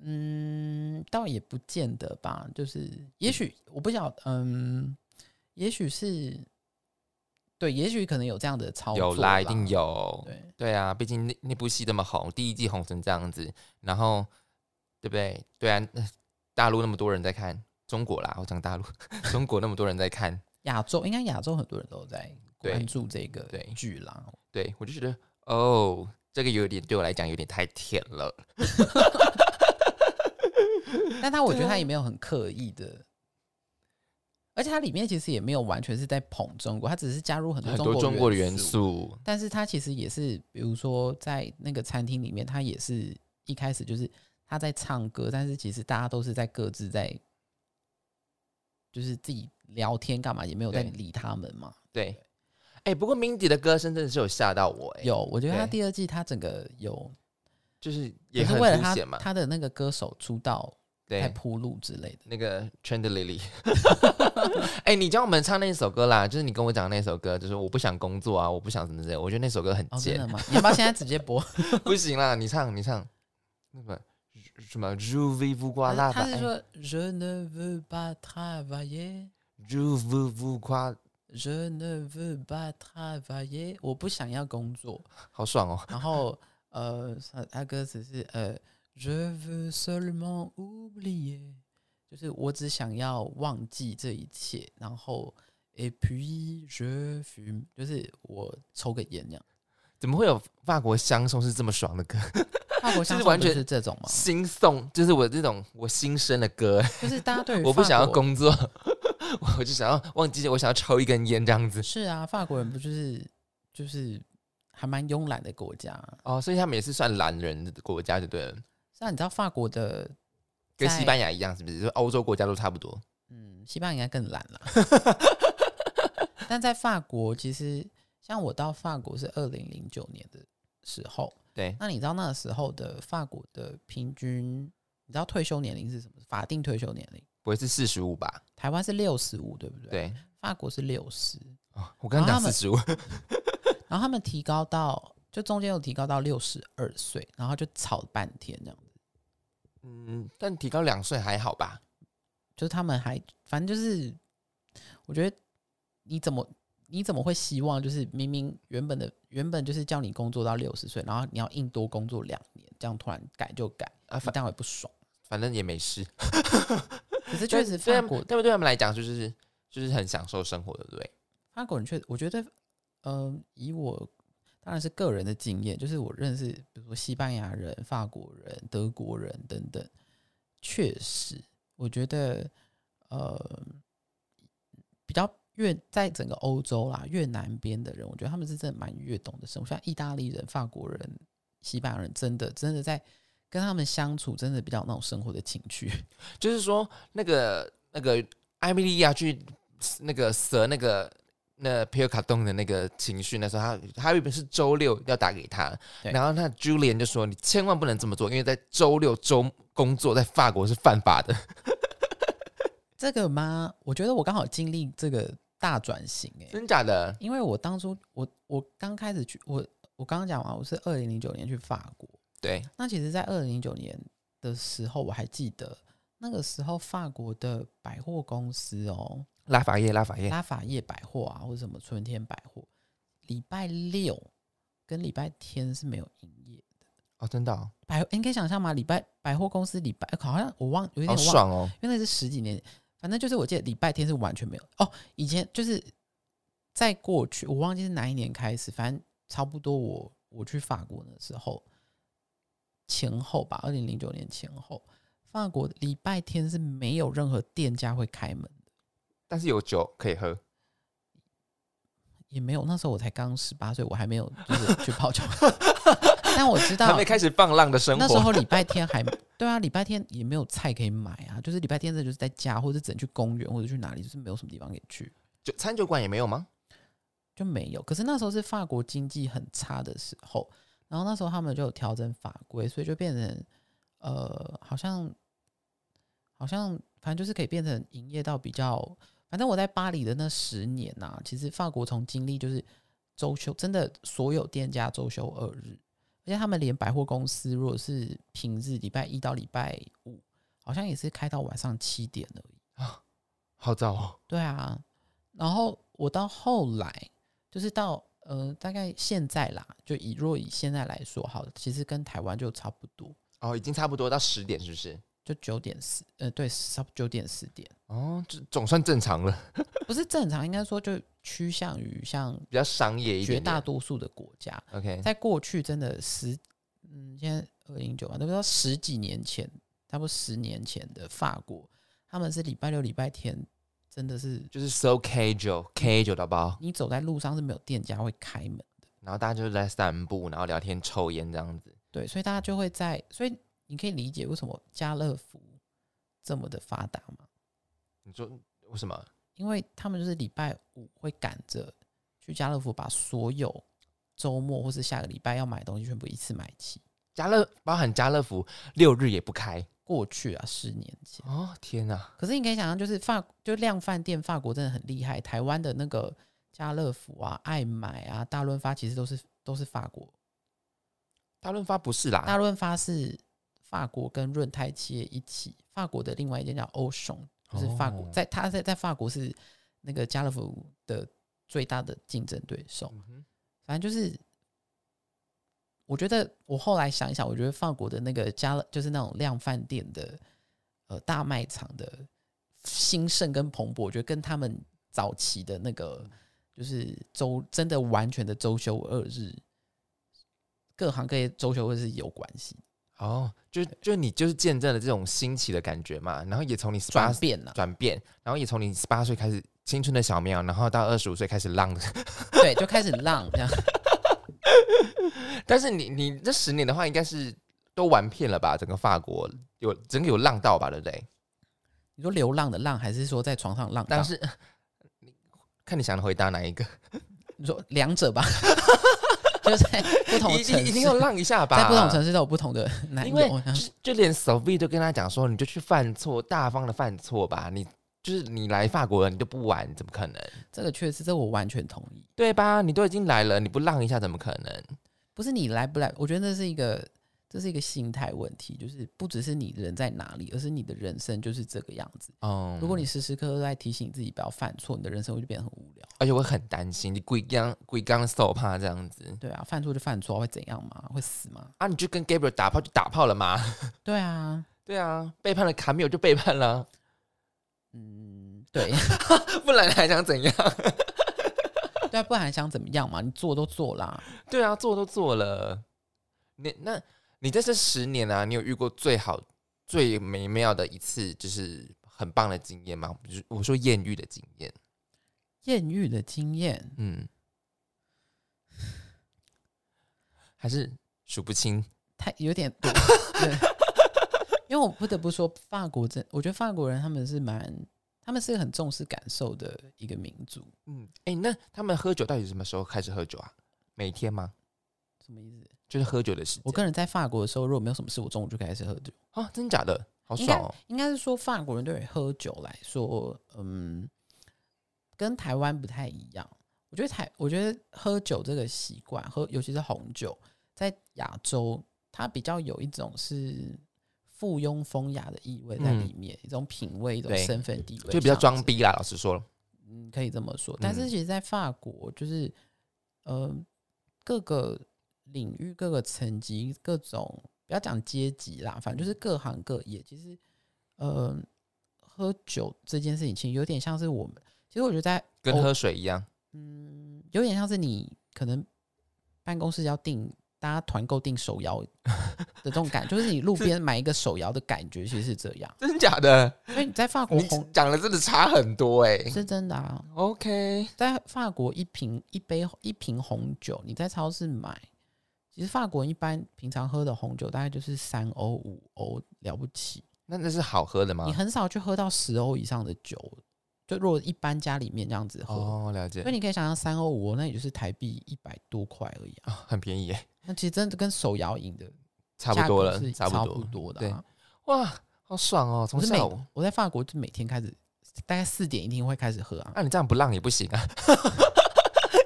Speaker 3: 嗯，倒也不见得吧。就是，也许我不晓，嗯，也许是，对，也许可能有这样的操作
Speaker 2: 有啦，一定有。
Speaker 3: 对，
Speaker 2: 对啊，毕竟那那部戏那么红，第一季红成这样子，然后对不对？对啊， 那大陆那么多人在看，中国啦，我讲大陆， 中国那么多人在看，
Speaker 3: 亚洲应该亚洲很多人都在
Speaker 2: 对
Speaker 3: 关注这个
Speaker 2: 对
Speaker 3: 剧啦。
Speaker 2: 对我就觉得哦，这个有点对我来讲有点太甜了。
Speaker 3: 但他我觉得他也没有很刻意的。而且它里面其实也没有完全是在捧中国，它只是加入很多
Speaker 2: 很多中国的元
Speaker 3: 素，
Speaker 2: 素，
Speaker 3: 但是他其实也是，比如说在那个餐厅里面，他也是一开始就是他在唱歌，但是其实大家都是在各自在，就是自己聊天干嘛，也没有在
Speaker 2: 对
Speaker 3: 理他们嘛。
Speaker 2: 对。哎、不过 Mindy 的歌声真的是有吓到我、哎，
Speaker 3: 有，我觉得他
Speaker 2: 对
Speaker 3: 第二季他整个有，
Speaker 2: 就是
Speaker 3: 也
Speaker 2: 也
Speaker 3: 是
Speaker 2: 很
Speaker 3: 为了
Speaker 2: 凸
Speaker 3: 他
Speaker 2: 显嘛，
Speaker 3: 他的那个歌手出道
Speaker 2: 对，
Speaker 3: 在铺路之类的。
Speaker 2: 那个 Trend Lily，哎、你教我们唱那首歌啦，就是你跟我讲的那首歌，就是我不想工作啊，我不想什么之类的，我觉得那首歌很
Speaker 3: 哦，真
Speaker 2: 贱，
Speaker 3: 的吗？你要不要现在直 接播？
Speaker 2: 不行啦，你唱你唱，那个什么哎 Juvi v u g u a l a
Speaker 3: 他是说 Je ne veux pas travailler。
Speaker 2: Juvi v u g u a
Speaker 3: Je ne veux pas travailler，我不想要工作。
Speaker 2: 好爽哦，
Speaker 3: 然后呃，他他歌词是呃，Je veux seulement oublier，就是我只想要忘记这一切，然后 et puis je fume，就是我抽个烟这样。
Speaker 2: 怎么会有法国香颂是这么爽的歌？
Speaker 3: 法国香
Speaker 2: 是
Speaker 3: 颂
Speaker 2: 完
Speaker 3: 不
Speaker 2: 全
Speaker 3: 是这种吗？
Speaker 2: 心颂就是我这种我心声的歌，
Speaker 3: 就是大家对于
Speaker 2: 我不
Speaker 3: 法
Speaker 2: 想要
Speaker 3: 国
Speaker 2: 工作， 我就想要忘记，我想要抽一根烟这样子。
Speaker 3: 是啊，法国人不就是就是还蛮慵懒的国家。啊
Speaker 2: 哦，所以他们也是算懒人的国家，就对了，
Speaker 3: 虽啊然你知道法国的
Speaker 2: 跟
Speaker 3: 在
Speaker 2: 西班牙一样，是不是？就欧洲国家都差不多。
Speaker 3: 嗯，西班牙应该更懒啦。 但在法国，其实像我到法国是二零零九年的时候，
Speaker 2: 对，
Speaker 3: 那你知道那时候的法国的平均，你知道退休年龄是什么？法定退休年龄，
Speaker 2: 不会是四十五吧？
Speaker 3: 台湾是六十五，对不对？，
Speaker 2: 对，
Speaker 3: 法国是六十，
Speaker 2: 哦、我刚刚
Speaker 3: 然
Speaker 2: 讲
Speaker 3: 后他
Speaker 2: 四
Speaker 3: 们
Speaker 2: 十五，
Speaker 3: 然后他们提高到，就中间有提高到六十二岁，然后就吵半天这样。
Speaker 2: 嗯，但提高两岁还好吧？
Speaker 3: 就是他们还反正就是，我觉得你怎么你怎么会希望就是明明原本的原本就是叫你工作到六十岁，然后你要硬多工作两年，这样突然改就改，
Speaker 2: 啊，
Speaker 3: 你
Speaker 2: 反
Speaker 3: 当然会不爽。
Speaker 2: 反正也没事。
Speaker 3: 可是确实
Speaker 2: 对
Speaker 3: 法
Speaker 2: 他们
Speaker 3: 国
Speaker 2: 对不对他们来讲，就是就是很享受生活，对不对？
Speaker 3: 法国人确我觉得，嗯、以我当然是个人的经验，就是我认识比如说西班牙人、法国人、德国人等等，确实我觉得呃比较越在整个欧洲啦，越南边的人，我觉得他们是真的蛮越懂得生活，像意大利人、法国人、西班牙人，真的真的在。跟他们相处真的比较有那种生活的情趣，
Speaker 2: 就是说，那个那个艾米莉亚去那个蛇那个那皮尔卡洞的那个情绪，那时候他他原本是周六要打给他，
Speaker 3: 对
Speaker 2: 然后那 Julian 就说你千万不能这么做，因为在周六周工作在法国是犯法的。
Speaker 3: 这个吗？我觉得我刚好经历这个大转型、欸，
Speaker 2: 真假的？
Speaker 3: 因为我当初我我刚开始去我我刚刚讲完，我是二零零九年去法国。
Speaker 2: 对，
Speaker 3: 那其实，在二零零九年的时候，我还记得那个时候法国的百货公司哦，
Speaker 2: 拉法叶，拉法叶，
Speaker 3: 拉法叶百货啊，或者什么春天百货，礼拜六跟礼拜天是没有营业。
Speaker 2: 哦，真的、哦，
Speaker 3: 百你可以想象吗？礼拜百货公司礼拜呃好像我忘有一
Speaker 2: 好
Speaker 3: 点忘
Speaker 2: 爽哦！
Speaker 3: 因为那是十几年，反正就是我记得礼拜天是完全没有哦。以前就是在过去，我忘记是哪一年开始，反正差不多我我去法国的时候前后吧，二零零九年前后，法国礼拜天是没有任何店家会开门的。
Speaker 2: 但是有酒可以喝。
Speaker 3: 也没有，那时候我才刚十八岁，我还没有就是去泡酒， 但我知
Speaker 2: 还
Speaker 3: 道
Speaker 2: 没开始放浪的生
Speaker 3: 那时
Speaker 2: 活，
Speaker 3: 候礼拜天还对啊，礼拜天也没有菜可以买啊，就是礼拜天这就是在家，或者只能去公园，或者去哪里，就是没有什么地方可以去，
Speaker 2: 酒餐酒馆也没有吗？
Speaker 3: 就没有。可是那时候是法国经济很差的时候，然后那时候他们就有调整法规，所以就变成呃，好像好像反正就是可以变成营业到比较，反正我在巴黎的那十年呐、其实法国从经历就是周休，真的所有店家周休二日。而且他们连百货公司，如果是平日礼拜一到礼拜五，好像也是开到晚上七点而已。
Speaker 2: 好早哦，
Speaker 3: 对啊，然后我到后来就是到呃，大概现在啦，就以若以现在来说，好了，其实跟台湾就差不多，
Speaker 2: 哦，已经差不多到十点，是不是？
Speaker 3: 就九点十，呃，对，差不多九点十点，
Speaker 2: 哦，这总算正常了，
Speaker 3: 不是正常，应该说就趋向于像
Speaker 2: 比较商业一
Speaker 3: 绝
Speaker 2: 点
Speaker 3: 大
Speaker 2: 点。嗯
Speaker 3: 多数的国家，
Speaker 2: OK，
Speaker 3: 在过去真的十，嗯，现在二零九嘛，都不知道十几年前，差不多十年前的法国，他们是礼拜六、礼拜天，真的是
Speaker 2: 就是 so casual casual 到爆，
Speaker 3: 你走在路上是没有店家会开门，
Speaker 2: 然后大家就是在散步，然后聊天、抽烟这样子。
Speaker 3: 对，所以大家就会在，所以你可以理解为什么家乐福这么的发达嘛，
Speaker 2: 你说为什么？
Speaker 3: 因为他们就是礼拜五会赶着去家乐福把所有周末或是下个礼拜要买的东西全部一次买齐。
Speaker 2: 家乐包含家乐福六日也不开
Speaker 3: 过去啊，十年前。
Speaker 2: 哦！天哪，
Speaker 3: 可是你可以想象，就是法就量贩店，法国真的很厉害。台湾的那个家乐福啊、爱买啊、大润发，其实都是都是法国。
Speaker 2: 大润发不是啦，
Speaker 3: 大润发是法国跟润泰企业一起，法国的另外一间叫欧雄，就是法国、
Speaker 2: 哦
Speaker 3: 在它在在法国是那个家乐福的最大的竞争对手。
Speaker 2: 嗯哼
Speaker 3: 反正就是，我觉得我后来想一想，我觉得法国的那个家乐就是那种量贩店的呃大卖场的兴盛跟蓬勃，我觉得跟他们早期的那个就是周真的完全的周休二日，各行各业周休二日有关系，
Speaker 2: 哦，就就你就是见证了这种新奇的感觉嘛，然后也从你十八
Speaker 3: 转变了，
Speaker 2: 转变，然后也从你十八岁开始青春的小苗，然后到二十五岁开始浪的。
Speaker 3: 对，就开始浪这样。
Speaker 2: 但是你你这十年的话，应该是都玩遍了吧？整个法国有整个有浪到吧，对不对？
Speaker 3: 你说流浪的浪，还是说在床上浪荡？
Speaker 2: 但是你看你想回答哪一个？
Speaker 3: 你说两者 吧，就在不同
Speaker 2: 一
Speaker 3: 的城
Speaker 2: 定
Speaker 3: 市
Speaker 2: 一定要浪一 下吧，
Speaker 3: 在不同城市都有不同的男
Speaker 2: 因为
Speaker 3: 友。啊
Speaker 2: 就是就连 Sophie 都跟他讲说，你就去犯错，大方的犯错吧。你就是你来法国了，你就不玩，怎么可能？
Speaker 3: 这个确实，这我完全同意。
Speaker 2: 对吧？你都已经来了，你不浪一下怎么可能？
Speaker 3: 不是你来不来，我觉得这是一个这是一个心态问题，就是不只是你人在哪里，而是你的人生就是这个样子。
Speaker 2: 嗯，
Speaker 3: 如果你时时刻刻都在提醒自己不要犯错，你的人生会就变得很无聊。
Speaker 2: 而且我很担心，你鬼刚鬼刚受怕这样子
Speaker 3: 对啊，犯错就犯错，会怎样嘛？会死吗？
Speaker 2: 啊，你就跟 Gabriel 打炮就打炮了 嘛？
Speaker 3: 对啊，
Speaker 2: 对啊，背叛了卡米尔就背叛了，
Speaker 3: 嗯，对，
Speaker 2: 不然还想怎样？
Speaker 3: 对啊，不然还想怎么样嘛？你做都做啦，
Speaker 2: 对啊，做都做了，你那你在这十年啊，你有遇过最好、最美妙的一次，就是很棒的经验吗？就是我说艳遇的经验，
Speaker 3: 艳遇的经验
Speaker 2: 嗯， 还是数不清。
Speaker 3: 太有点多，对，因为我不得不说，法国真，我觉得法国人他们是蛮，他们是很重视感受的一个民族。
Speaker 2: 嗯，哎、那他们喝酒到底什么时候开始喝酒啊？每天吗？
Speaker 3: 什么意思？
Speaker 2: 就是喝酒的时间？
Speaker 3: 我个人在法国的时候，如果没有什么事，我中午就开始喝酒。
Speaker 2: 啊，真假的，好
Speaker 3: 应
Speaker 2: 爽
Speaker 3: 该
Speaker 2: 哦！
Speaker 3: 应该是说法国人对于喝酒来说，嗯，跟台湾不太一样。我觉得台，我觉得喝酒这个习惯，喝尤其是红酒，在亚洲它比较有一种是附庸风雅的意味在里面，一种品味，一种
Speaker 2: 嗯对
Speaker 3: 身份地位，
Speaker 2: 就比较
Speaker 3: 这样
Speaker 2: 装
Speaker 3: 子
Speaker 2: 逼啦，老实说，
Speaker 3: 嗯，可以这么说。但是
Speaker 2: 嗯
Speaker 3: 其实，在法国，就是呃，各个领域、各个层级、各种不要讲阶级啦，反正就是各行各业，其实呃，喝酒这件事情，其实有点像是我们，其实我觉得在
Speaker 2: 跟
Speaker 3: 欧
Speaker 2: 喝水一样。
Speaker 3: 嗯，有点像是你可能办公室要订大家团购订手摇的这种感，就是你路边买一个手摇的感觉，其实是这样。
Speaker 2: 真的假 的？
Speaker 3: 所以你在法国
Speaker 2: 你
Speaker 3: 红
Speaker 2: 讲的真的差很多哎、
Speaker 3: 是真的啊，
Speaker 2: OK，
Speaker 3: 在法国一瓶一杯一瓶红酒，你在超市买，其实法国人一般平常喝的红酒大概就是三欧五欧了不起，
Speaker 2: 那那是好喝的吗
Speaker 3: 你？很少去喝到十欧以上的酒。就如果一般家里面这样子喝，
Speaker 2: 哦，了
Speaker 3: 所以
Speaker 2: 解，
Speaker 3: 你可以想象三欧五欧，那也就是台币一百多块而已啊。
Speaker 2: 哦很便宜耶，
Speaker 3: 那其实真的跟手摇饮的
Speaker 2: 差不
Speaker 3: 价
Speaker 2: 多
Speaker 3: 格
Speaker 2: 了
Speaker 3: 是，
Speaker 2: 差
Speaker 3: 不
Speaker 2: 多。
Speaker 3: 的、啊。
Speaker 2: 哇，好爽哦！从
Speaker 3: 我是每
Speaker 2: 下午，
Speaker 3: 我在法国就每天开始，大概四点一定会开始喝啊。
Speaker 2: 那、你这样不浪也不行啊，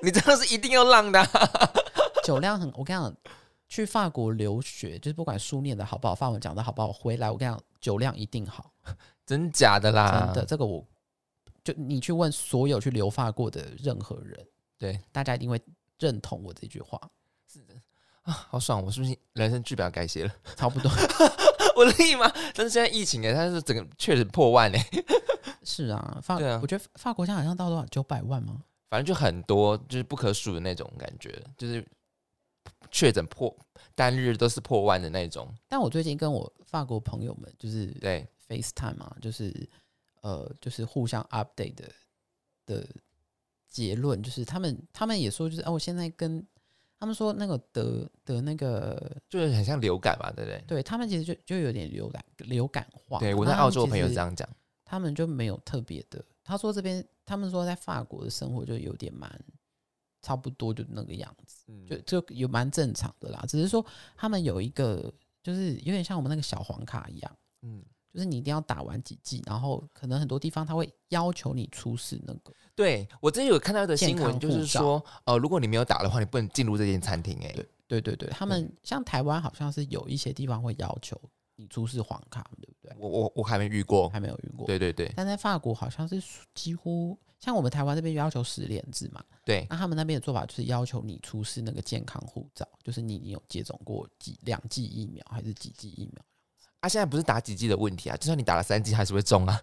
Speaker 2: 你真的是一定要浪的啊、
Speaker 3: 酒量很，我跟你讲，去法国留学就是不管书念的好不好，法文讲的好不好，回来我跟你讲，酒量一定好，
Speaker 2: 真假的啦？
Speaker 3: 真的，这个我就你去问所有去留法国的任何人，
Speaker 2: 对
Speaker 3: 大家一定会认同我这句话，
Speaker 2: 啊，好爽！我是不是人生剧本要改写了？
Speaker 3: 差不多
Speaker 2: 我立马，但是现在疫情哎，它是整个确实破万哎，
Speaker 3: 是啊。法，
Speaker 2: 对啊
Speaker 3: 我觉得法国现在好像到多少九百万吗？
Speaker 2: 反正就很多，就是不可数的那种感觉，就是确诊破单日都是破万的那种。
Speaker 3: 但我最近跟我法国朋友们就是
Speaker 2: 对，
Speaker 3: FaceTime 嘛，就是呃，就是互相 update 的的结论，就是他们他们也说，就是哦，我现在跟他们说那个得得那个，
Speaker 2: 就是很像流感嘛，对不对？
Speaker 3: 对他们其实就就有点流感流感化。
Speaker 2: 对我
Speaker 3: 那
Speaker 2: 在
Speaker 3: 他们
Speaker 2: 澳洲的朋友
Speaker 3: 其
Speaker 2: 这
Speaker 3: 实
Speaker 2: 样讲，
Speaker 3: 他们就没有特别的。他说这边他们说在法国的生活就有点蛮差不多就那个样子。
Speaker 2: 嗯
Speaker 3: 就就有蛮正常的啦，只是说他们有一个就是有点像我们那个小黄卡一样，
Speaker 2: 嗯，
Speaker 3: 就是你一定要打完几剂，然后可能很多地方他会要求你出示那个，
Speaker 2: 对我之前有看到的新
Speaker 3: 健
Speaker 2: 闻，
Speaker 3: 康
Speaker 2: 就是
Speaker 3: 护照
Speaker 2: 说，呃，如果你没有打的话，你不能进入这间餐厅哎。
Speaker 3: 对对对，他们像台湾好像是有一些地方会要求你出示黄卡，对不对？
Speaker 2: 我我我还没遇过，
Speaker 3: 还没有遇过，
Speaker 2: 对对对
Speaker 3: 但在法国好像是几乎像我们台湾这边要求十连制嘛，
Speaker 2: 对，
Speaker 3: 那他们那边的做法就是要求你出示那个健康护照，就是你你有接种过几两剂疫苗还是几剂疫苗。
Speaker 2: 啊，现在不是打几剂的问题啊，就算你打了三剂还是会中啊，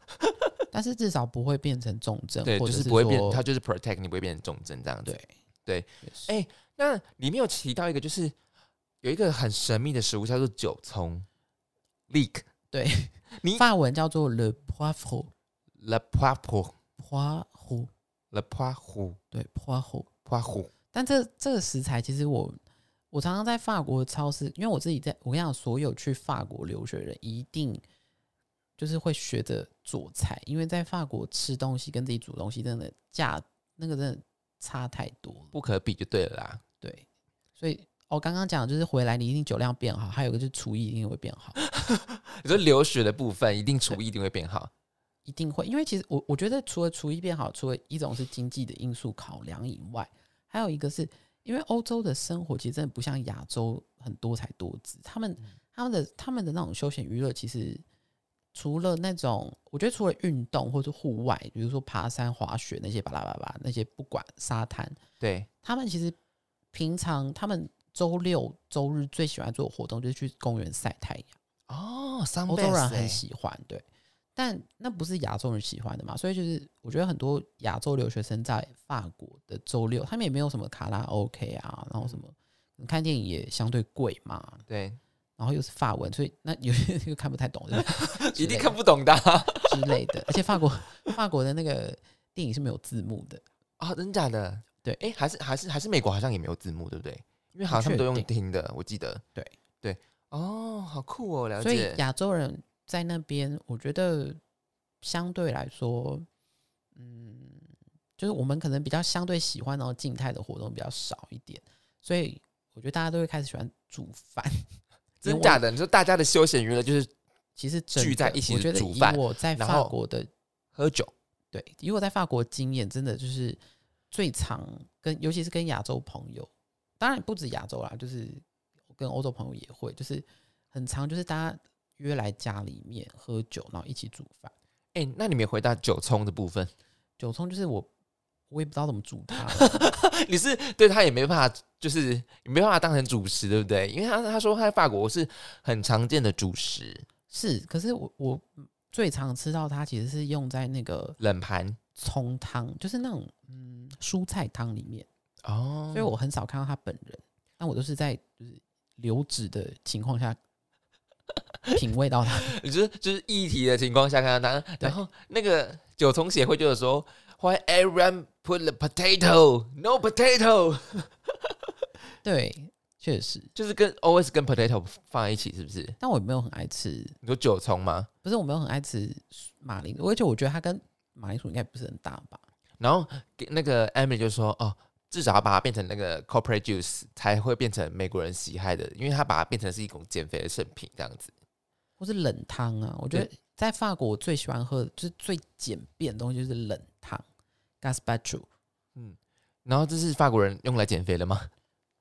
Speaker 3: 但是至少不会变成重症，
Speaker 2: 对，
Speaker 3: 或
Speaker 2: 就
Speaker 3: 者
Speaker 2: 是不会变，
Speaker 3: 说
Speaker 2: 它就是 protect 你不会变成重症这样子。
Speaker 3: 对
Speaker 2: 对，
Speaker 3: 也是
Speaker 2: 哎那里面有提到一个，就是有一个很神秘的食物叫做韭葱，leek 你
Speaker 3: 法文叫做 le poivre
Speaker 2: le p o i p o
Speaker 3: poivre
Speaker 2: le p o i p
Speaker 3: 对 poivre，
Speaker 2: p o i
Speaker 3: 但这这个食材其实我我常常在法国超市，因为我自己在我跟你讲，所有去法国留学的人一定就是会学着做菜，因为在法国吃东西跟自己煮东西真的价那个真的差太多了，
Speaker 2: 不可比就对了啦。
Speaker 3: 对，所以。我、刚刚讲的就是回来你一定酒量变好，还有一个就是厨艺一定会变好。
Speaker 2: 你说留学的部分，一定厨艺一定会变好。
Speaker 3: 一定会，因为其实我我觉得除了厨艺变好，除了一种是经济的因素考量以外，还有一个是因为欧洲的生活其实真的不像亚洲很多才多姿，他们他们的他们的那种休闲娱乐其实。除了那种，我觉得除了运动或者户外，比如说爬山、滑雪那些巴拉巴拉那些，不管沙滩，
Speaker 2: 对，
Speaker 3: 他们其实平常他们周六周日最喜欢做的活动就是去公园晒太阳。
Speaker 2: 哦，桑
Speaker 3: 欧
Speaker 2: 贝
Speaker 3: 洲
Speaker 2: 斯
Speaker 3: 人很
Speaker 2: 欸
Speaker 3: 喜欢，对，但那不是亚洲人喜欢的嘛，所以就是我觉得很多亚洲留学生在法国的周六，他们也没有什么卡拉 OK 啊，然后什么看电影也相对贵嘛，
Speaker 2: 对，
Speaker 3: 然后又是法文，所以那有些又看不太懂，
Speaker 2: 一定看
Speaker 3: 看
Speaker 2: 不懂的啊，
Speaker 3: 之类的，而且法国法国的那个电影是没有字幕的，
Speaker 2: 啊真假的？
Speaker 3: 对
Speaker 2: 哎，还是还是还是美国好像也没有字幕，对不对？因为好像他们
Speaker 3: 不
Speaker 2: 都
Speaker 3: 确
Speaker 2: 用
Speaker 3: 定
Speaker 2: 听的，我记得。
Speaker 3: 对
Speaker 2: 对，哦，好酷哦，了
Speaker 3: 所以
Speaker 2: 解。
Speaker 3: 亚洲人在那边，我觉得相对来说，嗯，就是我们可能比较相对喜欢然后静态的活动比较少一点，所以我觉得大家都会开始喜欢煮饭。 因为
Speaker 2: 真
Speaker 3: 我
Speaker 2: 假的？你说大家的休闲娱乐就是
Speaker 3: 其实真
Speaker 2: 聚
Speaker 3: 的
Speaker 2: 在一起
Speaker 3: 我觉得
Speaker 2: 煮
Speaker 3: 以
Speaker 2: 饭
Speaker 3: 我在
Speaker 2: 然
Speaker 3: 法
Speaker 2: 后
Speaker 3: 国的
Speaker 2: 喝酒，
Speaker 3: 对，以我在法国经验，真的就是最常跟，尤其是跟亚洲朋友，当然不止亚洲啦，就是跟欧洲朋友也会，就是很常就是大家约来家里面喝酒，然后一起煮饭。
Speaker 2: 哎、那你没有回答九冲的部分，
Speaker 3: 九葱就是我，我也不知道怎么煮它，
Speaker 2: 你是对他也没办法，就是也没办法当成主食，对不对？因为他他说他在法国是很常见的主食，
Speaker 3: 是，可是我我最常吃到它其实是用在那个
Speaker 2: 冷盘
Speaker 3: 葱汤，就是那种嗯蔬菜汤里面，
Speaker 2: 哦
Speaker 3: 所以我很少看到它本人。但我都是在就是流止的情况下 品味到它。
Speaker 2: 就是就是议题的情况下看到他，然后那个九重协会就有说，Why everyone put the potato? No potato，
Speaker 3: 对，确实，
Speaker 2: 就是跟 always 跟 potato 放在一起，是不是？
Speaker 3: 但我也没有很爱吃，
Speaker 2: 你说九重吗？
Speaker 3: 不是我没有很爱吃马铃薯，而且我觉得它跟马铃薯应该不是很搭吧。
Speaker 2: 然后给那个 Emily 就说：“哦，至少要把它变成那个 corporate juice 才会变成美国人喜爱的，因为他把它变成是一种减肥的圣品这样子。
Speaker 3: 或是冷汤啊。我觉得
Speaker 2: 对
Speaker 3: 在法国，我最喜欢喝的就是最简便的东西就是冷汤 （gazpacho）。
Speaker 2: 然后这是法国人用来减肥的吗？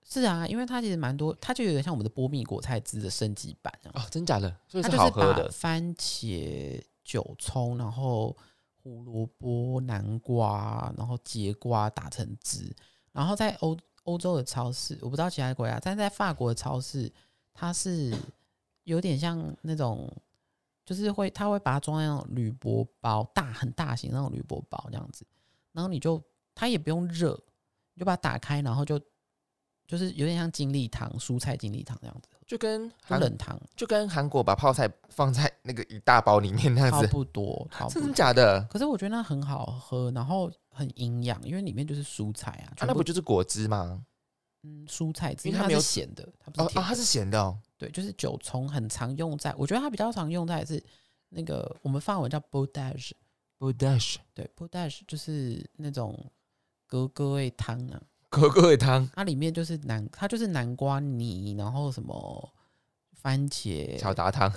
Speaker 3: 是啊，因为它其实蛮多，它就有点像我们的波密果菜汁的升级版啊。
Speaker 2: 哦，真假的？所以
Speaker 3: 它
Speaker 2: 是
Speaker 3: 就
Speaker 2: 好
Speaker 3: 是
Speaker 2: 喝
Speaker 3: 把
Speaker 2: 的。
Speaker 3: 番茄、韭葱，然后胡萝卜、南瓜，然后节瓜打成汁，然后在欧欧洲的超市，我不知道其他国家，但在法国的超市，它是有点像那种，就是会它会把它装在那种铝箔包，大很大型那种铝箔包这样子，然后你就它也不用热，你就把它打开，然后就就是有点像精力汤、蔬菜精力汤这样子，
Speaker 2: 就跟
Speaker 3: 就
Speaker 2: 韩
Speaker 3: 冷汤，
Speaker 2: 就跟韩国把泡菜放在那个一大包里面那样
Speaker 3: 差
Speaker 2: 子，
Speaker 3: 不多，差不
Speaker 2: 真
Speaker 3: 多
Speaker 2: 的。假的？
Speaker 3: 可是我觉得那很好喝，然后很营养，因为里面就是蔬菜啊，
Speaker 2: 啊
Speaker 3: 全
Speaker 2: 那
Speaker 3: 部
Speaker 2: 不就是果汁吗？
Speaker 3: 嗯蔬菜汁，
Speaker 2: 因为它
Speaker 3: 它
Speaker 2: 没有
Speaker 3: 是咸的，它不
Speaker 2: 哦啊，
Speaker 3: 是甜的。
Speaker 2: 它是咸的哦。
Speaker 3: 对，就是九重很常用在，我觉得它比较常用在是那个我们法文叫 b o d a g e
Speaker 2: b o d a s h
Speaker 3: 对 b o d a g e 就是那种格格味汤啊，
Speaker 2: 可可汤、
Speaker 3: 它里面就是南它就是南瓜泥，然后什么番茄，
Speaker 2: 巧达汤。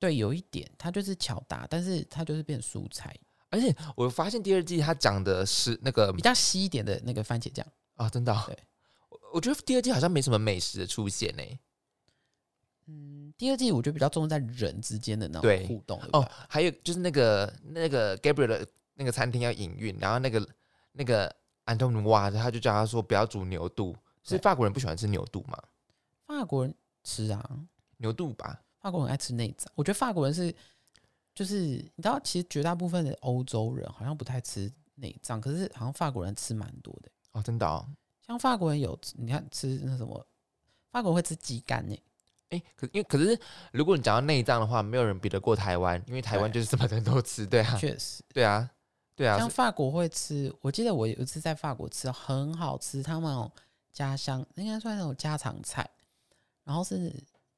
Speaker 3: 对，有一点它就是巧达，但是它就是变蔬菜，
Speaker 2: 而且我发现第二季它讲的是那个
Speaker 3: 比较稀一点的那个番茄酱。
Speaker 2: 啊，真的哦、
Speaker 3: 对
Speaker 2: 我我觉得第二季好像没什么美食的出现呢、欸
Speaker 3: 嗯，第二季我觉得比较重在人之间的那
Speaker 2: 对
Speaker 3: 种互动，对吧
Speaker 2: 哦，还有就是那个那个 Gabriel 的那个餐厅要营运，然后那个那个安东尼哇，他就叫他说不要煮牛肚，是
Speaker 3: 对
Speaker 2: 法国人不喜欢吃牛肚嘛？
Speaker 3: 法国人吃啊，
Speaker 2: 牛肚吧，
Speaker 3: 法国人爱吃内脏。我觉得法国人是，就是你知道，其实绝大部分的欧洲人好像不太吃内脏，可是好像法国人吃蛮多的。
Speaker 2: 哦，真的哦，
Speaker 3: 像法国人有吃，你看吃那什么，法国人会吃鸡肝呢、
Speaker 2: 哎，可因为可是如果你讲到内脏的话，没有人比得过台湾，因为台湾
Speaker 3: 对
Speaker 2: 就是什么人都吃，对啊，
Speaker 3: 确实。
Speaker 2: 对啊，对啊
Speaker 3: 像，法国会吃，我记得我有一次在法国吃，很好吃，他们有家乡应该算那种家常菜，然后是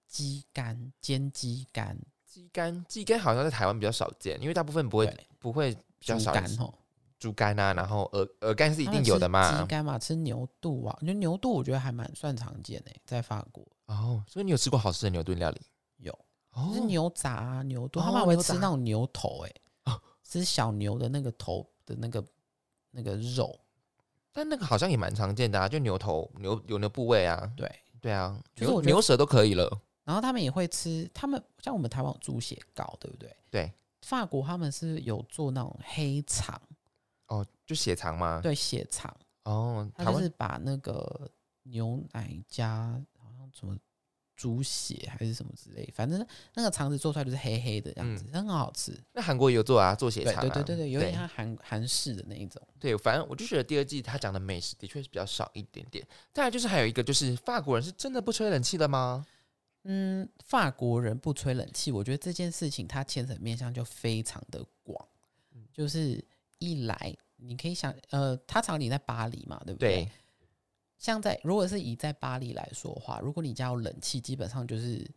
Speaker 3: 鸡肝煎鸡肝，
Speaker 2: 鸡肝鸡肝好像在台湾比较少见，因为大部分不会
Speaker 3: 对
Speaker 2: 不会比较
Speaker 3: 猪
Speaker 2: 少
Speaker 3: 肝
Speaker 2: 吃
Speaker 3: 吼，
Speaker 2: 猪肝啊，然后鹅鹅肝是一
Speaker 3: 他
Speaker 2: 定
Speaker 3: 们
Speaker 2: 有
Speaker 3: 吃
Speaker 2: 的嘛
Speaker 3: 鸡，肝嘛，吃牛肚啊，我觉得牛肚我觉得还蛮算常见诶、在法国
Speaker 2: 哦，所以你有吃过好吃的牛顿料理？
Speaker 3: 有，
Speaker 2: 哦
Speaker 3: 就是牛杂、啊、牛肚，他
Speaker 2: 哦
Speaker 3: 们还会
Speaker 2: 牛
Speaker 3: 吃
Speaker 2: 杂
Speaker 3: 那种牛头诶、
Speaker 2: 哦
Speaker 3: 吃小牛的那个头的那个那个肉，
Speaker 2: 但那个好像也蛮常见的啊，就牛头、牛有牛部位啊，
Speaker 3: 对。
Speaker 2: 对啊，
Speaker 3: 就是
Speaker 2: 牛
Speaker 3: 我觉得
Speaker 2: 牛舌都可以了。
Speaker 3: 然后他们也会吃，他们像我们台湾有猪血糕，对不对？
Speaker 2: 对，
Speaker 3: 法国他们是有做那种黑肠，
Speaker 2: 哦，就血肠吗？
Speaker 3: 对血肠，
Speaker 2: 哦，
Speaker 3: 他
Speaker 2: 台
Speaker 3: 就
Speaker 2: 湾
Speaker 3: 是把那个牛奶加好像什么猪血还是什么之类，反正那个肠子做出来就是黑黑的这样子，很好吃。
Speaker 2: 那韩国也有做啊，做血
Speaker 3: 嗯对
Speaker 2: 肠、啊。
Speaker 3: 对对对对，有点像韩韩式的那一种。
Speaker 2: 对，反正我就觉得第二季他讲的美食的确是比较少一点点。再来就是还有一个就是法国人是真的不吹冷气的吗？
Speaker 3: 嗯，法国人不吹冷气，我觉得这件事情它牵扯面向就非常的广，就是一来你可以想，呃，他常你在巴黎嘛，对不对？
Speaker 2: 对，
Speaker 3: 像在如果是以在巴黎来说的话，如果你家有冷气，基本上就是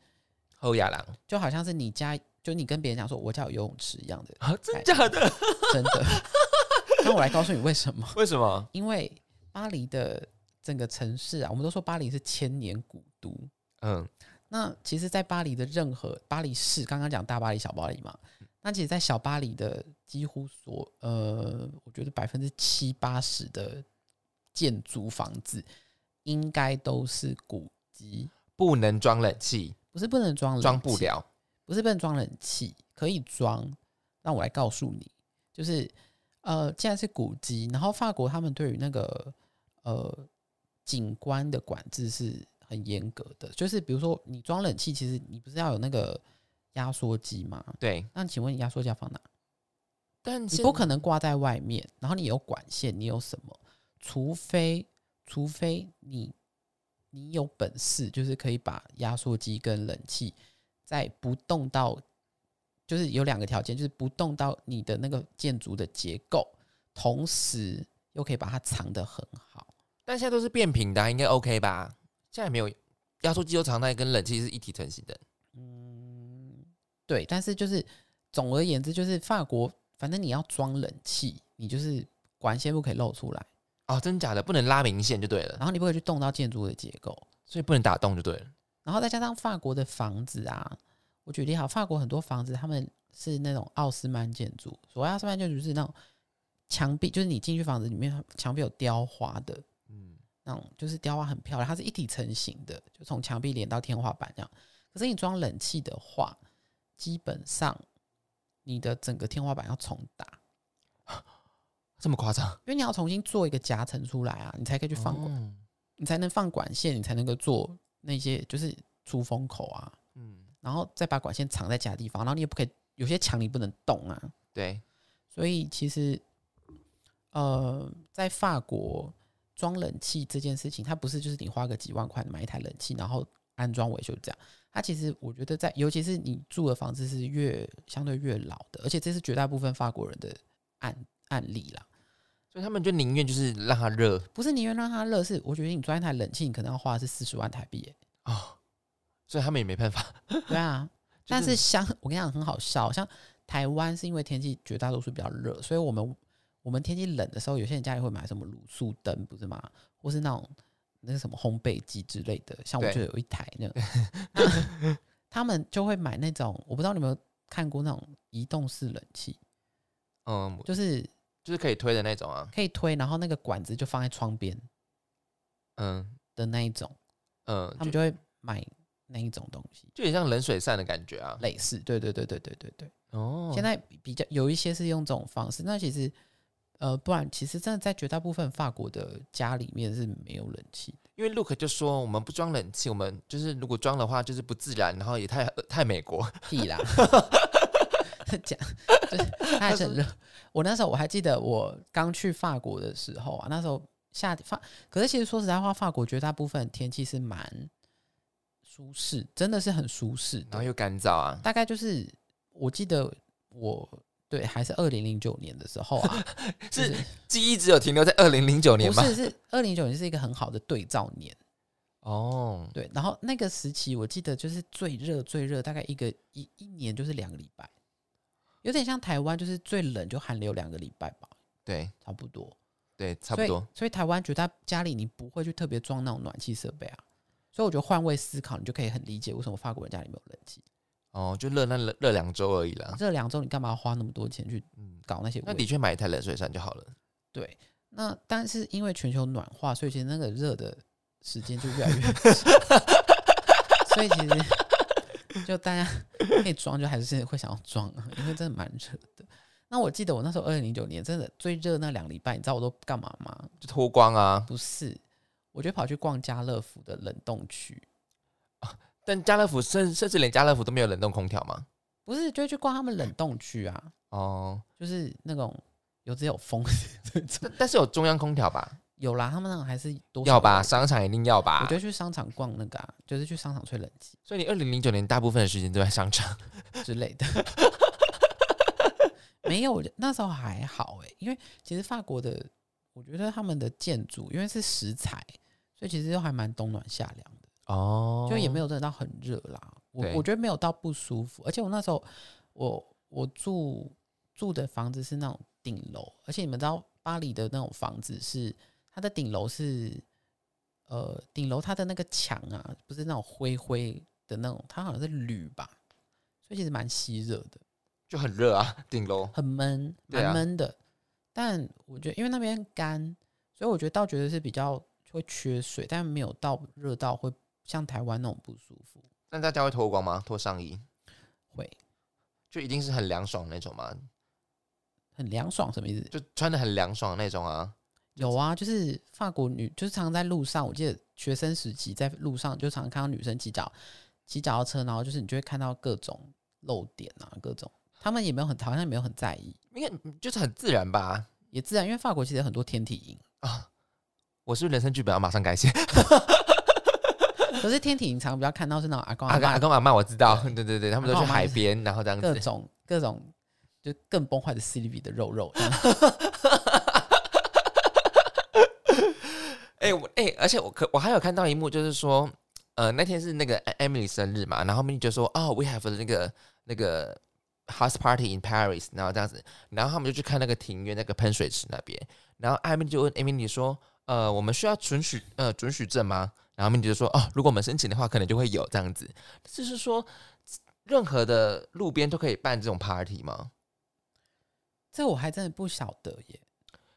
Speaker 2: 后亚郎
Speaker 3: 就好像是你家，就你跟别人讲说我家有游泳池一样的，
Speaker 2: 啊，真假的？
Speaker 3: 真的。 那我来告诉你为什么，
Speaker 2: 为什么？
Speaker 3: 因为巴黎的整个城市啊，我们都说巴黎是千年古都，
Speaker 2: 嗯，
Speaker 3: 那其实，在巴黎的任何巴黎市，刚刚讲大巴黎、小巴黎嘛，
Speaker 2: 嗯
Speaker 3: 那其实，在小巴黎的几乎所呃，我觉得百分之七八十的建筑房子应该都是古迹，
Speaker 2: 不能装冷气，
Speaker 3: 不是不能装冷气
Speaker 2: 装不，了。
Speaker 3: 不是不能装冷气，可以装。那我来告诉你，就是呃，既然是古迹，然后法国他们对于那个呃景观的管制是很严格的，就是比如说你装冷气，其实你不是要有那个压缩机吗？
Speaker 2: 对，
Speaker 3: 那请问你压缩机要放哪？
Speaker 2: 但
Speaker 3: 你
Speaker 2: 是
Speaker 3: 不可能挂在外面，然后你有管线，你有什么？除非除非你你有本事，就是可以把压缩机跟冷气在不动到，就是有两个条件，就是不动到你的那个建筑的结构，同时又可以把它藏得很好。
Speaker 2: 但现在都是变频的啊、应该 OK 吧？现在没有压缩机油常态跟冷气是一体成型的，
Speaker 3: 嗯，对，但是就是总而言之，就是法国，反正你要装冷气，你就是管线不可以露出来，
Speaker 2: 哦，真假的不能拉明线就对了，
Speaker 3: 然后你不可以去动到建筑的结构，
Speaker 2: 所以不能打洞就对了。
Speaker 3: 然后再加上法国的房子啊，我举例好，法国很多房子他们是那种奥斯曼建筑，所谓奥斯曼建筑是那种墙壁，就是你进去房子里面墙壁有雕花的，
Speaker 2: 嗯，
Speaker 3: 那种就是雕花很漂亮，它是一体成型的，就从墙壁连到天花板这样。可是你装冷气的话，基本上你的整个天花板要重打，
Speaker 2: 这么夸张？
Speaker 3: 因为你要重新做一个夹层出来啊，你才可以去放管，
Speaker 2: 哦
Speaker 3: 你才能放管线，你才能够做那些就是出风口啊，
Speaker 2: 嗯，
Speaker 3: 然后再把管线藏在其他地方，然后你也不可以有些墙你不能动啊，
Speaker 2: 对，
Speaker 3: 所以其实，呃，在法国装冷气这件事情，它不是就是你花个几万块买一台冷气，然后安装维修这样。它其实我觉得在，尤其是你住的房子是越相对越老的，而且这是绝大部分法国人的案案例啦。
Speaker 2: 所以他们就宁愿就是让它热
Speaker 3: 不是你愿让它热，是我觉得你装一台冷气，你可能要花的是四十万台币耶、
Speaker 2: 哦，所以他们也没办法。
Speaker 3: 对啊，
Speaker 2: 就
Speaker 3: 但是像我跟你讲很好笑，像台湾是因为天气绝大多数比较热，所以我们我们天气冷的时候，有些人家里会买什么卤素灯，不是吗？或是那种那个什么烘焙机之类的，像我
Speaker 2: 对
Speaker 3: 就有一台那 个，他们就会买那种，我不知道你有没有看过那种移动式冷气，
Speaker 2: 嗯，
Speaker 3: 就是
Speaker 2: 就是可以推的那种啊。
Speaker 3: 可以推，然后那个管子就放在窗边
Speaker 2: 嗯
Speaker 3: 的那一种，
Speaker 2: 嗯，
Speaker 3: 他
Speaker 2: 就
Speaker 3: 们就会买那一种东西，
Speaker 2: 就有点像冷水扇的感觉啊。
Speaker 3: 类似，对对对对对对对。
Speaker 2: 哦，
Speaker 3: 现在比比较有一些是用这种方式，那其实呃，不然其实真的在绝大部分法国的家里面是没有冷气的，
Speaker 2: 因为 Look 就说我们不装冷气，我们就是如果装的话，就是不自然，然后也太呃太美国。
Speaker 3: 屁 啦，讲就是他还是很热。我那时候我还记得我刚去法国的时候啊，那时候夏法，可是其实说实在话，法国绝大部分天气是蛮舒适，真的是很舒适
Speaker 2: 然后
Speaker 3: 的，
Speaker 2: 又干燥啊，
Speaker 3: 大概就是我记得我。对，还是二零零九年的时候啊，就是
Speaker 2: 记忆只有停留在二零零九年
Speaker 3: 不
Speaker 2: 吗？
Speaker 3: 是是二零一九年是一个很好的对照年，
Speaker 2: 哦，
Speaker 3: 对，然后那个时期我记得就是最热最热，大概一个一一年就是两个礼拜，有点像台湾就是最冷就寒流两个礼拜吧，
Speaker 2: 对
Speaker 3: 差不多，
Speaker 2: 对，差不多
Speaker 3: 所。以所以台湾觉得家里你不会去特别装那种暖气设备啊，所以我觉得换位思考，你就可以很理解为什么法国人家里没有冷气。
Speaker 2: 哦，就热那热热两周而已啦。
Speaker 3: 这两周你干嘛花那么多钱去
Speaker 2: 啊嗯，
Speaker 3: 搞那些
Speaker 2: 那
Speaker 3: 卫
Speaker 2: 的确买一台冷水扇就好了。
Speaker 3: 对，那但是因为全球暖化，所以其实那个热的时间就越来越少， 所以其实就大家可以装，就还是会想要装啊，因为真的蛮热的。那我记得我那时候二零零九年真的最热那两个礼拜，你知道我都干嘛吗？
Speaker 2: 就脱光啊。
Speaker 3: 不是，我就跑去逛家乐福的冷冻区，
Speaker 2: 但家乐福甚甚至连家乐福都没有冷冻空调嘛？
Speaker 3: 不是，就去逛他们冷冻区啊，
Speaker 2: 哦，
Speaker 3: 就是那种有只有风这种，
Speaker 2: 但但是有中央空调吧？
Speaker 3: 有啦，他们那种还是多少
Speaker 2: 要吧，
Speaker 3: 有？
Speaker 2: 商场一定要
Speaker 3: 我
Speaker 2: 吧
Speaker 3: 觉。得去商场逛那个、啊，就是去商场吹冷气。
Speaker 2: 所以你二零零九年大部分的时间都在商场。
Speaker 3: 之类的。没有，我觉得那时候还好哎、因为其实法国的，我觉得他们的建筑因为是石材，所以其实都还蛮冬暖夏凉的，
Speaker 2: 哦
Speaker 3: 就也没有真的到很热啦。我
Speaker 2: 对
Speaker 3: 我觉得没有到不舒服，而且我那时候我我住住的房子是那种顶楼，而且你们知道巴黎的那种房子是它的顶楼是呃顶楼它的那个墙啊，不是那种灰灰的那种，它好像是铝吧，所以其实蛮吸热的。
Speaker 2: 就很热啊，顶楼。
Speaker 3: 很闷，
Speaker 2: 对啊
Speaker 3: 蛮闷的。但我觉得，因为那边干，所以我觉得倒觉得是比较会缺水，但没有到热到会像台湾那种不舒服。
Speaker 2: 那大家会脱光吗？脱上衣
Speaker 3: 会
Speaker 2: 就一定是很凉爽那种吗？
Speaker 3: 很凉爽，什么意思？
Speaker 2: 就穿的很凉爽那种啊？
Speaker 3: 有啊，就是法国女，就是常常在路上，我记得学生时期在路上就常常看到女生骑脚骑脚踏车，然后就是你就会看到各种漏点啊，各种，他们也没有很好像也没有很在意，
Speaker 2: 应该就是很自然吧？
Speaker 3: 也自然，因为法国其实有很多天体营。
Speaker 2: 我是不是人生剧本要马上改写？
Speaker 3: 可是天体营场比较看到是那种阿公
Speaker 2: 阿
Speaker 3: 阿
Speaker 2: 公阿
Speaker 3: 妈
Speaker 2: 公阿妈我知道，对对对，他们都
Speaker 3: 阿
Speaker 2: 去
Speaker 3: 公阿嬷
Speaker 2: 海
Speaker 3: 就是
Speaker 2: 边，然后这样
Speaker 3: 各
Speaker 2: 子，
Speaker 3: 种各种就更崩坏的 Sylvie 的肉肉，这样
Speaker 2: 哎、我哎、而且我可我还有看到一幕，就是说，呃，那天是那个 Emily 生日嘛，然后 Emily 就说，哦，we have 那个那个 house party in Paris，然后这样子，然后他们就去看那个庭院那个喷水池那边，然后 Emily 就问 Emily 说，呃，我们需要准许呃准许证吗？然后 Emily 就说，哦，如果我们申请的话，可能就会有这样子，就是说，任何的路边都可以办这种 party 吗？
Speaker 3: 这我还真的不晓得耶。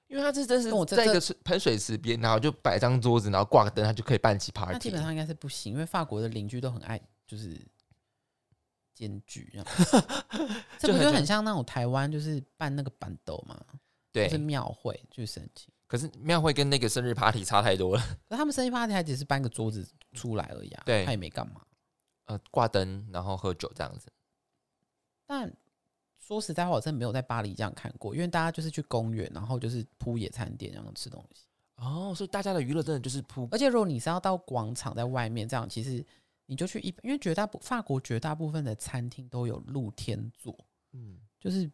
Speaker 2: 因为他这真是
Speaker 3: 跟哦我这
Speaker 2: 在一
Speaker 3: 这
Speaker 2: 个水喷水池边，然后就摆张桌子，然后挂个灯，他就可以办起 party。
Speaker 3: 那基本上应该是不行，因为法国的邻居都很爱就是检举， 这样这不
Speaker 2: 很
Speaker 3: 就
Speaker 2: 像
Speaker 3: 很像那种台湾就是办那个板斗嘛，
Speaker 2: 对，
Speaker 3: 就是庙会去申请，
Speaker 2: 可是庙会跟那个生日 party 差太多了。
Speaker 3: 可他们生日 party 还只是搬个桌子出来而已啊，
Speaker 2: 对
Speaker 3: 他也没干嘛。
Speaker 2: 呃，挂灯，然后喝酒这样子。
Speaker 3: 但说实在话，我真的没有在巴黎这样看过，因为大家就是去公园，然后就是铺野餐垫，然后吃东西。
Speaker 2: 哦，所以大家的娱乐真的就是铺
Speaker 3: 而且如果你是要到广场在外面这样，其实你就去一，因为绝大部法国绝大部分的餐厅都有露天座，
Speaker 2: 嗯，
Speaker 3: 就是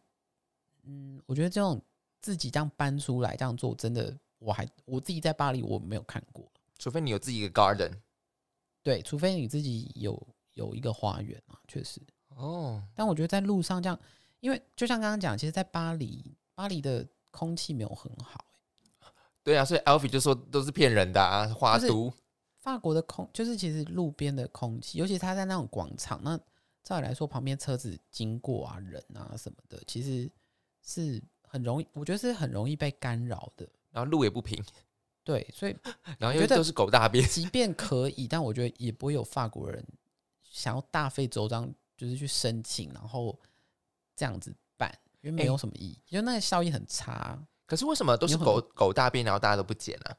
Speaker 3: 嗯，我觉得这种自己这样搬出来这样做，真的我还我自己在巴黎我没有看过。
Speaker 2: 除非你有自己的 garden。
Speaker 3: 对，除非你自己有有一个花园啊，确实。
Speaker 2: 哦，
Speaker 3: 但我觉得在路上这样，因为就像刚刚讲，其实，在巴黎，巴黎的空气没有很好、欸
Speaker 2: 对啊，所以 Alfie 就说都是骗人的啊，花都。
Speaker 3: 法国的空就是其实路边的空气，尤其他在那种广场，那照理来说旁边车子经过啊、人啊什么的，其实是很容易，我觉得是很容易被干扰的。
Speaker 2: 然后路也不平，
Speaker 3: 对，所以
Speaker 2: 然后
Speaker 3: 我
Speaker 2: 又
Speaker 3: 觉得
Speaker 2: 都是狗大便。
Speaker 3: 即便可以，但我觉得也不会有法国人想要大费周章，就是去申请，然后这样子办，因为没有什么意义，就那个效益很差，
Speaker 2: 可是为什么都是
Speaker 3: 有很
Speaker 2: 狗狗大便，然后大家都不捡啊？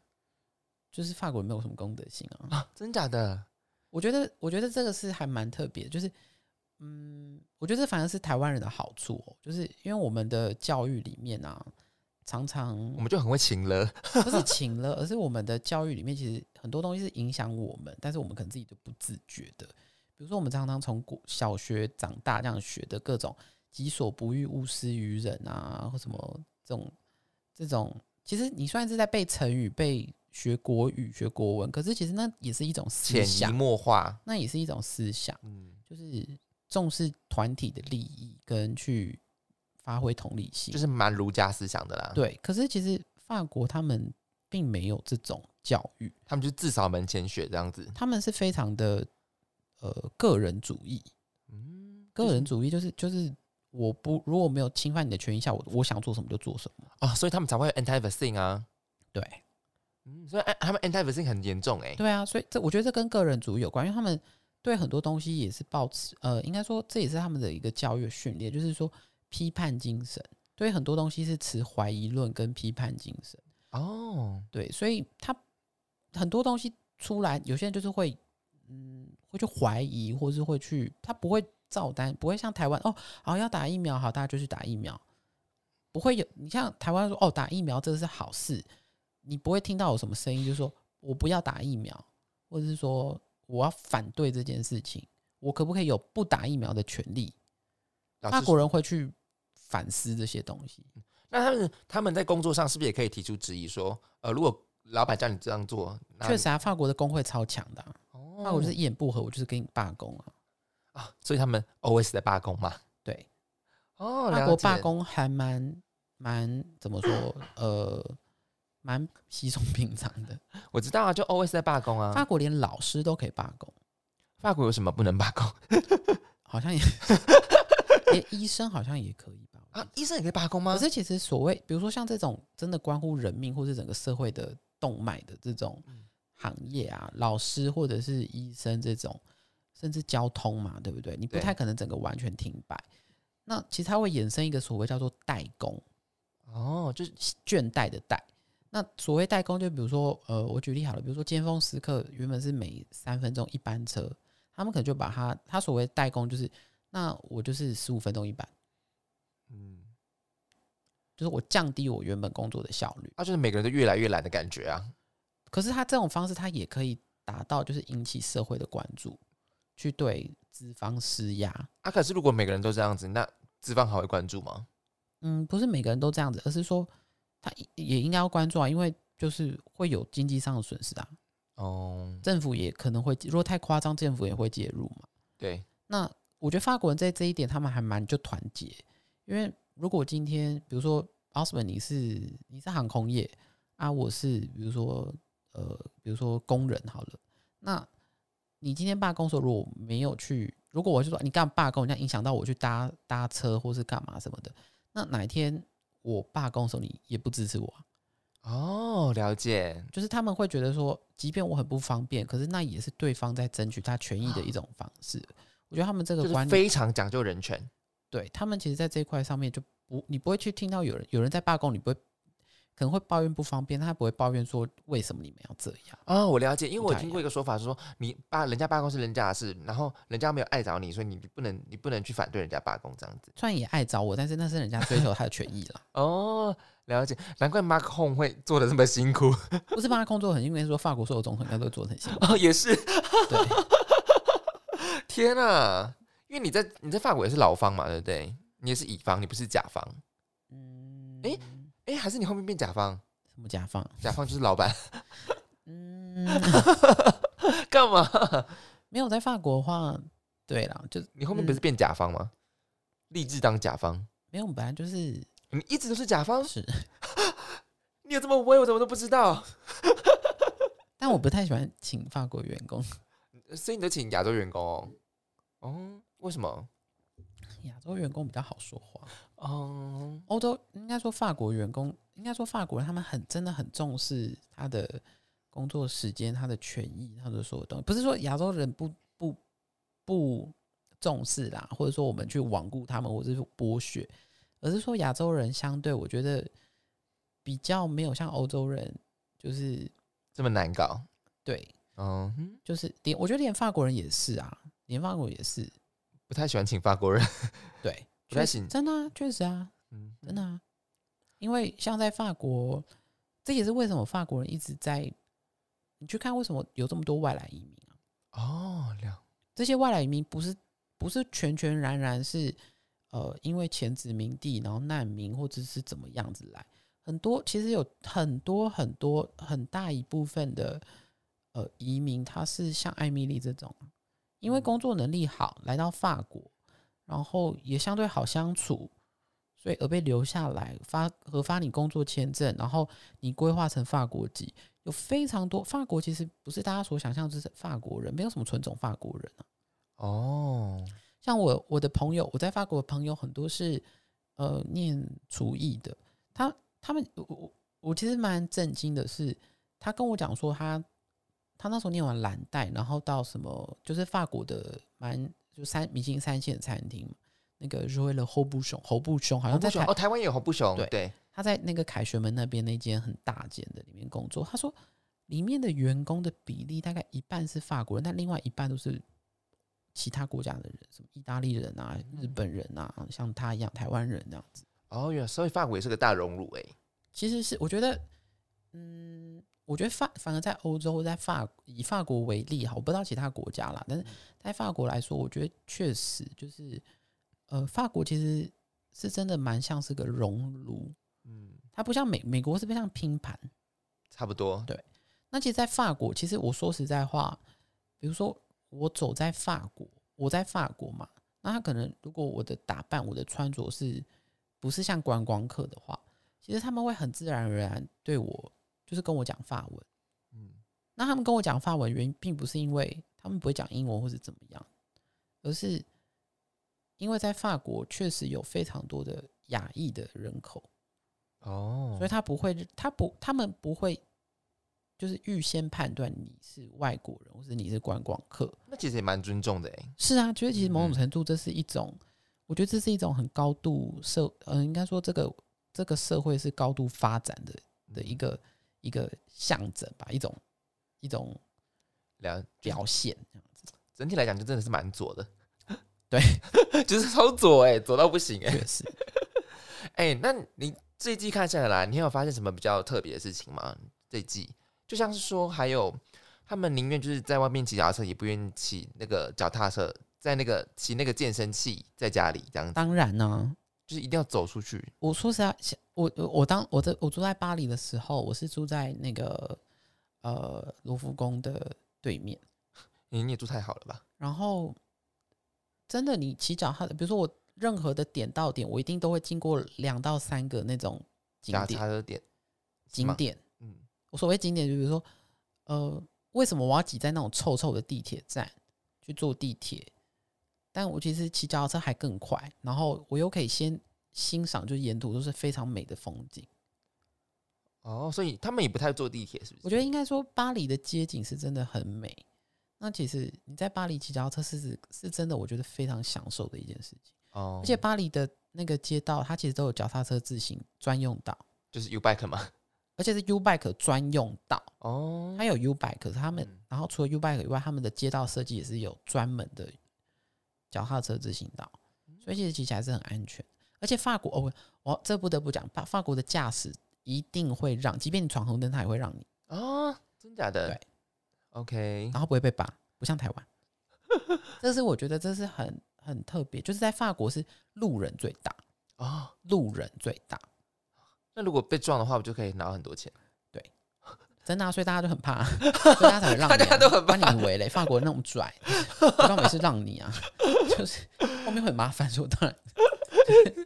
Speaker 3: 就是法国人没有什么公德心啊。
Speaker 2: 啊，真假的？
Speaker 3: 我觉得，我觉得这个是还蛮特别的，就是，嗯，我觉得这反而是台湾人的好处、哦，就是因为我们的教育里面啊，常常
Speaker 2: 我们就很会请了。
Speaker 3: 不是请了，而是我们的教育里面其实很多东西是影响我们，但是我们可能自己都不自觉的。比如说，我们常常从古小学长大这样学的各种“己所不欲，勿施于人”啊，或什么这种这种，其实你虽然是在背成语、背学国语、学国文，可是其实那也是一种思
Speaker 2: 潜移
Speaker 3: 想，
Speaker 2: 默化。
Speaker 3: 那也是一种思想，
Speaker 2: 嗯，
Speaker 3: 就是重视团体的利益跟去发挥同理心，
Speaker 2: 就是蛮儒家思想的啦。，
Speaker 3: 对，可是其实法国他们并没有这种教育，
Speaker 2: 他们就自扫门前雪这样子。
Speaker 3: 他们是非常的呃个人主义。
Speaker 2: 嗯，
Speaker 3: 个人主义就是就是我不如果没有侵犯你的权益下，我我想做什么就做什么。
Speaker 2: 啊，所以他们才会 anti vaccine 啊。
Speaker 3: 对
Speaker 2: 嗯，所以哎他们 anti vaccine 很严重哎、
Speaker 3: 对啊，所以这我觉得这跟个人主义有关，因为他们对很多东西也是抱持呃，应该说这也是他们的一个教育训练，就是说批判精神。对很多东西是持怀疑论跟批判精神。
Speaker 2: 哦，
Speaker 3: 对，所以他很多东西出来，有些人就是会，嗯，会去怀疑，或是会去，他不会照单，不会像台湾哦，好要打疫苗，好大家就去打疫苗，不会有你像台湾说哦打疫苗这是好事，你不会听到有什么声音就说我不要打疫苗，或者是说我要反对这件事情，我可不可以有不打疫苗的权利？
Speaker 2: 老
Speaker 3: 法
Speaker 2: 师
Speaker 3: 国人会去反思这些东西。
Speaker 2: 那他们他们在工作上是不是也可以提出质疑说，呃，如果老板叫你这样做，那
Speaker 3: 确实啊，法国的工会超强的、啊，
Speaker 2: 哦，
Speaker 3: 法国就是一言不合我就是跟你罢工啊。
Speaker 2: 啊，所以他们 always 在罢工嘛。
Speaker 3: 对，
Speaker 2: 哦，
Speaker 3: 法
Speaker 2: 了
Speaker 3: 国
Speaker 2: 解
Speaker 3: 罢，工还蛮蛮怎么说？呃，蛮稀松平常的。
Speaker 2: 我知道啊，就 always 在罢工 啊。
Speaker 3: 法
Speaker 2: 法
Speaker 3: 国连老师都可以罢工，
Speaker 2: 法国有什么不能罢工
Speaker 3: 好像也连医生好像也可以吧？
Speaker 2: 啊？医生也可以罢工吗
Speaker 3: 可？是其实所谓，比如说像这种真的关乎人命或是整个社会的动脉的这种
Speaker 2: 嗯
Speaker 3: 行业啊，老师或者是医生这种，甚至交通嘛，对不对？你不
Speaker 2: 对
Speaker 3: 太可能整个完全停摆。那其实它会衍生一个所谓叫做代工，
Speaker 2: 哦，就是
Speaker 3: 倦怠的怠。那所谓代工，就比如说，呃，我举例好了，比如说尖峰时刻原本是每三分钟一班车，他们可能就把它，他所谓代工就是，那我就是十五分钟一班，
Speaker 2: 嗯，
Speaker 3: 就是我降低我原本工作的效率。
Speaker 2: 啊，就是每个人都越来越懒的感觉啊。
Speaker 3: 可是他这种方式，他也可以达到就是引起社会的关注，去对资方施压。
Speaker 2: 啊，可是如果每个人都这样子，那资方还会关注吗？
Speaker 3: 嗯，不是每个人都这样子，而是说他也应该要关注啊，因为就是会有经济上的损失啊。
Speaker 2: 哦，
Speaker 3: 政府也可能会，如果太夸张，政府也会介入嘛。
Speaker 2: 对，
Speaker 3: 那我觉得法国人在这一点，他们还蛮就团结，因为如果今天比如说奥斯本你是你是航空业啊，我是比如说呃，比如说工人好了，那你今天罢工的时候，如果没有去，如果我就说你干嘛罢工，人家影响到我去搭搭车或是干嘛什么的，那哪一天我罢工的时候，你也不支持我啊、
Speaker 2: 哦，了解，
Speaker 3: 就是他们会觉得说，即便我很不方便，可是那也是对方在争取他权益的一种方式。我觉得他们这
Speaker 2: 就
Speaker 3: 个观
Speaker 2: 是
Speaker 3: 念，
Speaker 2: 非常讲究人权。
Speaker 3: 对他们其实在这一块上面就不，你不会去听到有人有人在罢工，你不会可能会抱怨不方便，但他不会抱怨说为什么你们要这样。
Speaker 2: 哦，我了解，因为我
Speaker 3: 不太
Speaker 2: 听
Speaker 3: 一
Speaker 2: 过一个说法是说，你罢人家罢工是人家的事，然后人家没有碍着你，所以你不能你不能去反对人家罢工这样子。
Speaker 3: 虽然也爱找我，但是那是人家追求他的权益啦，
Speaker 2: 哦，了解，难怪 Mark Home 会做的这么辛苦。
Speaker 3: 不是帮他工作很，因为说法国所有总统应该都做得很辛苦。
Speaker 2: 哦，也是，
Speaker 3: 对，
Speaker 2: 天啊！因为你在你在法国也是劳方嘛，对不对？你也是乙方，你不是甲方。
Speaker 3: 嗯，
Speaker 2: 诶哎，还是你后面变甲方？
Speaker 3: 什么甲方？
Speaker 2: 甲方就是老板，
Speaker 3: 嗯，
Speaker 2: 干嘛？
Speaker 3: 没有在法国的话，对啦，就嗯
Speaker 2: 你后面不是变甲方吗？立志当甲方，
Speaker 3: 没有，本来就是
Speaker 2: 你一直都是甲方，
Speaker 3: 是。
Speaker 2: 你有这么威，我怎么都不知道？
Speaker 3: 但我不太喜欢请法国员工，
Speaker 2: 所以你都请亚洲员工哦？哦，为什么？
Speaker 3: 亚洲员工比较好说话。
Speaker 2: 哦，
Speaker 3: 欧洲应该说法国员工，应该说法国人他们很真的很重视他的工作时间、他的权益、他的所有东西。不是说亚洲人不不不重视啦，或者说我们去罔顾他们，或者是剥削，而是说亚洲人相对我觉得比较没有像欧洲人，就是
Speaker 2: 这么难搞？
Speaker 3: 对，
Speaker 2: 嗯，哼
Speaker 3: 就是连我觉得连法国人也是啊，连法国也是
Speaker 2: 不太喜欢请法国人。
Speaker 3: 对，
Speaker 2: 不太
Speaker 3: 确实
Speaker 2: 行
Speaker 3: 真的啊确实啊，
Speaker 2: 嗯，
Speaker 3: 真的啊，因为像在法国，这也是为什么法国人一直在，你去看为什么有这么多外来移民啊？
Speaker 2: 哦，了，
Speaker 3: 这些外来移民不是不是全全然然是呃因为前殖民地，然后难民或者是怎么样子来，很多其实有很多很多很大一部分的呃移民，他是像艾米丽这种，因为
Speaker 2: 嗯
Speaker 3: 工作能力好，来到法国，然后也相对好相处，所以而被留下来发核发你工作签证，然后你规划成法国籍，有非常多法国其实不是大家所想象之法国人，没有什么纯种法国人啊。
Speaker 2: 哦，
Speaker 3: 像我我的朋友，我在法国的朋友很多是呃念厨艺的，他他们我我我其实蛮震惊的是，他跟我讲说他他那时候念完蓝带，然后到什么就是法国的蛮就三明星三线餐厅嘛，那个是为了侯布熊侯布熊好像
Speaker 2: 红
Speaker 3: 在
Speaker 2: 不熊
Speaker 3: 台
Speaker 2: 哦，台湾也有红不熊，
Speaker 3: 对
Speaker 2: 对，
Speaker 3: 他在那个凯旋门那边那间很大间的里面工作，他说里面的员工的比例大概一半是法国人，但另外一半都是其他国家的人，什么意大利人啊、日本人啊，像他一样台湾人那样子。
Speaker 2: 哦，原来所以法国也是个大熔炉哎、
Speaker 3: 其实是我觉得，嗯，我觉得法反而在欧洲，在法以法国为例哈，我不知道其他国家啦，但是在法国来说，我觉得确实就是，呃，法国其实是真的蛮像是个熔炉，
Speaker 2: 嗯，
Speaker 3: 它不像美美国是非常拼盘。
Speaker 2: 差不多，
Speaker 3: 对那其实，在法国，其实我说实在话，比如说我走在法国，我在法国嘛，那他可能如果我的打扮、我的穿着是不是像观光客的话，其实他们会很自然而然对我就是跟我讲法文。
Speaker 2: 嗯，
Speaker 3: 那他们跟我讲法文原因，并不是因为他们不会讲英文或是怎么样，而是因为在法国确实有非常多的亚裔的人口，
Speaker 2: 哦，
Speaker 3: 所以他不会，他不，他们不会，就是预先判断你是外国人或者你是观光客。
Speaker 2: 那其实也蛮尊重的哎、
Speaker 3: 是啊，觉得其实某
Speaker 2: 嗯
Speaker 3: 种程度这是一种，我觉得这是一种很高度社，嗯、应该说这个这个社会是高度发展的
Speaker 2: 嗯
Speaker 3: 的一个一个象征吧，一种一种
Speaker 2: 了解，
Speaker 3: 表现。
Speaker 2: 整体来讲就真的是蛮左的，
Speaker 3: 对，
Speaker 2: 就是超左哎、左到不行哎、
Speaker 3: 确实，
Speaker 2: 哎、那你这一季看下来，你有发现什么比较特别的事情吗？这一季就像是说，还有他们宁愿就是在外面骑脚踏车，也不愿意骑那个脚踏车，在那个骑那个健身器在家里这样子，
Speaker 3: 当然呢、啊
Speaker 2: 就是一定要走出去。
Speaker 3: 我说实在，像我我我当我在我住在巴黎的时候，我是住在那个呃卢浮宫的对面，
Speaker 2: 你你也住太好了吧？
Speaker 3: 然后真的你骑脚踏，比如说我任何的点到点，我一定都会经过两到三个那种景
Speaker 2: 脚
Speaker 3: 点
Speaker 2: 踏车点，
Speaker 3: 景
Speaker 2: 吗
Speaker 3: 点。
Speaker 2: 嗯，
Speaker 3: 我所谓景点，就比如说呃，为什么我要挤在那种臭臭的地铁站去坐地铁？但我其实骑脚踏车还更快，然后我又可以先欣赏，就是沿途都是非常美的风景。
Speaker 2: 哦，所以他们也不太坐地铁，是不是？
Speaker 3: 我觉得应该说巴黎的街景是真的很美。那其实你在巴黎骑脚踏车是是真的，我觉得非常享受的一件事情。
Speaker 2: 哦，
Speaker 3: 而且巴黎的那个街道，它其实都有脚踏车自行专用道，
Speaker 2: 就是 U bike 嘛。
Speaker 3: 而且是 U Bike 专用道，
Speaker 2: 哦，
Speaker 3: 它有 U Bike，可是他们、
Speaker 2: 嗯
Speaker 3: 然后除了 U Bike 以外，他们的街道设计也是有专门的脚踏车自行道，所以其实骑起来是很安全。而且法国哦，我这不得不讲，法法国的驾驶一定会让，即便你闯红灯，它也会让你，
Speaker 2: 哦，真假的？
Speaker 3: 对
Speaker 2: ，OK，
Speaker 3: 然后不会被罚，不像台湾。这是我觉得这是很很特别，就是在法国是路人最大，
Speaker 2: 哦，
Speaker 3: 路人最大，
Speaker 2: 那如果被撞的话，我就可以拿到很多钱。
Speaker 3: 真的啊、所以大家就很 怕，所以大家才会让你、啊，
Speaker 2: 大家都很怕
Speaker 3: 把你围嘞。法国人那么拽，我倒每次让你啊，就是后面会很麻烦，所以我当然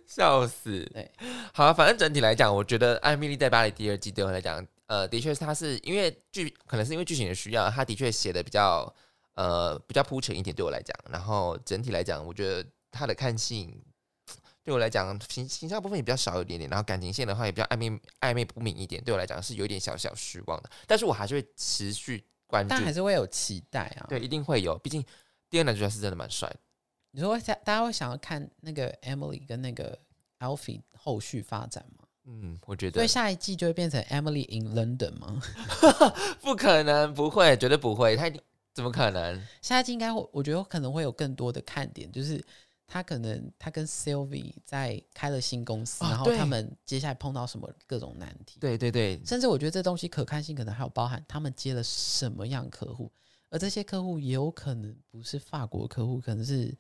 Speaker 2: 笑死！
Speaker 3: 对，
Speaker 2: 好啊，反正整体来讲，我觉得《艾米丽在巴黎》第二季对我来讲，呃，的确是它是因为剧，可能是因为剧情的需要，它的确写的比较呃比较铺陈一点，对我来讲。然后整体来讲，我觉得它的看性对我来讲形形象部分也比较少一点点，然后感情线的话也比较暧昧暧昧不明一点，对我来讲是有一点小小失望的。但是我还是会持续关注
Speaker 3: 但，还是会有期待啊。
Speaker 2: 对，，一定会有，毕竟第二男主角是真的蛮帅的。
Speaker 3: 你说会想大家会想要看那个 Emily 跟那个 Alfie 后续发展吗？
Speaker 2: 嗯，我觉
Speaker 3: 所
Speaker 2: 得
Speaker 3: 以下一季就会变成 Emily in London 吗？
Speaker 2: 不可能，不会，绝对不会，他一定怎么可能？
Speaker 3: 下一季应该会，我觉得可能会有更多的看点，就是他可能他跟 Sylvie 在开了新公司，
Speaker 2: 哦
Speaker 3: 然后
Speaker 2: 对
Speaker 3: 他们接下来碰到什么各种难题，
Speaker 2: 对对对，
Speaker 3: 甚至我觉得这东西可看性可能还有包含他们接了什么样客户，而这些客户也有可能不是法国客户，可能是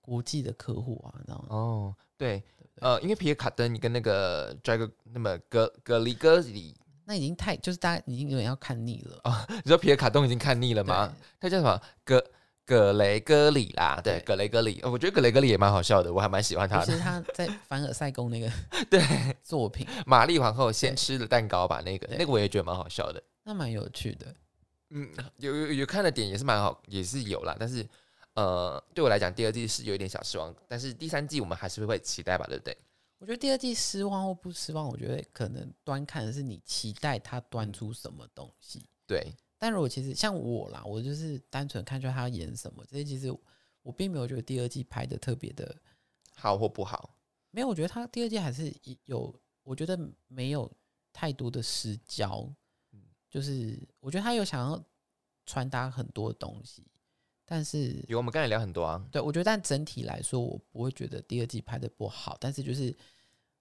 Speaker 3: 国际的客户啊，你知道吗？
Speaker 2: 哦，对，呃，因为皮尔卡登跟那个 Drag 那么格格里戈里，
Speaker 3: 那已经太就是大家已经有点要看腻了。
Speaker 2: 你知道皮尔卡登已经看腻了吗？他叫什么？格格雷戈里啦，对，
Speaker 3: 对
Speaker 2: 格雷戈里，呃我觉得格雷戈里也蛮好笑的，我还蛮喜欢他
Speaker 3: 就
Speaker 2: 的。
Speaker 3: 是他在凡尔赛宫那个
Speaker 2: 对，
Speaker 3: 作品，
Speaker 2: 玛丽皇后先吃了蛋糕吧，那个
Speaker 3: 对
Speaker 2: 那个我也觉得蛮好笑的。
Speaker 3: 那蛮有趣的。
Speaker 2: 嗯，有有有看的点也是蛮好，也是有啦，但是呃，对我来讲，第二季是有一点小失望，但是第三季我们还是会期待吧，对不对？
Speaker 3: 我觉得第二季失望或不失望，我觉得可能端看的是你期待它端出什么东西。
Speaker 2: 对，
Speaker 3: 但如果其实像我啦，我就是单纯看出他要演什么，所以其实我并没有觉得第二季拍的特别的，
Speaker 2: 好或不好，
Speaker 3: 没有，我觉得他第二季还是一有，我觉得没有太多的失焦，
Speaker 2: 嗯
Speaker 3: 就是我觉得他有想要传达很多东西，但是
Speaker 2: 有我们刚才聊很多啊，
Speaker 3: 对，我觉得，但整体来说，我不会觉得第二季拍的不好，但是就是，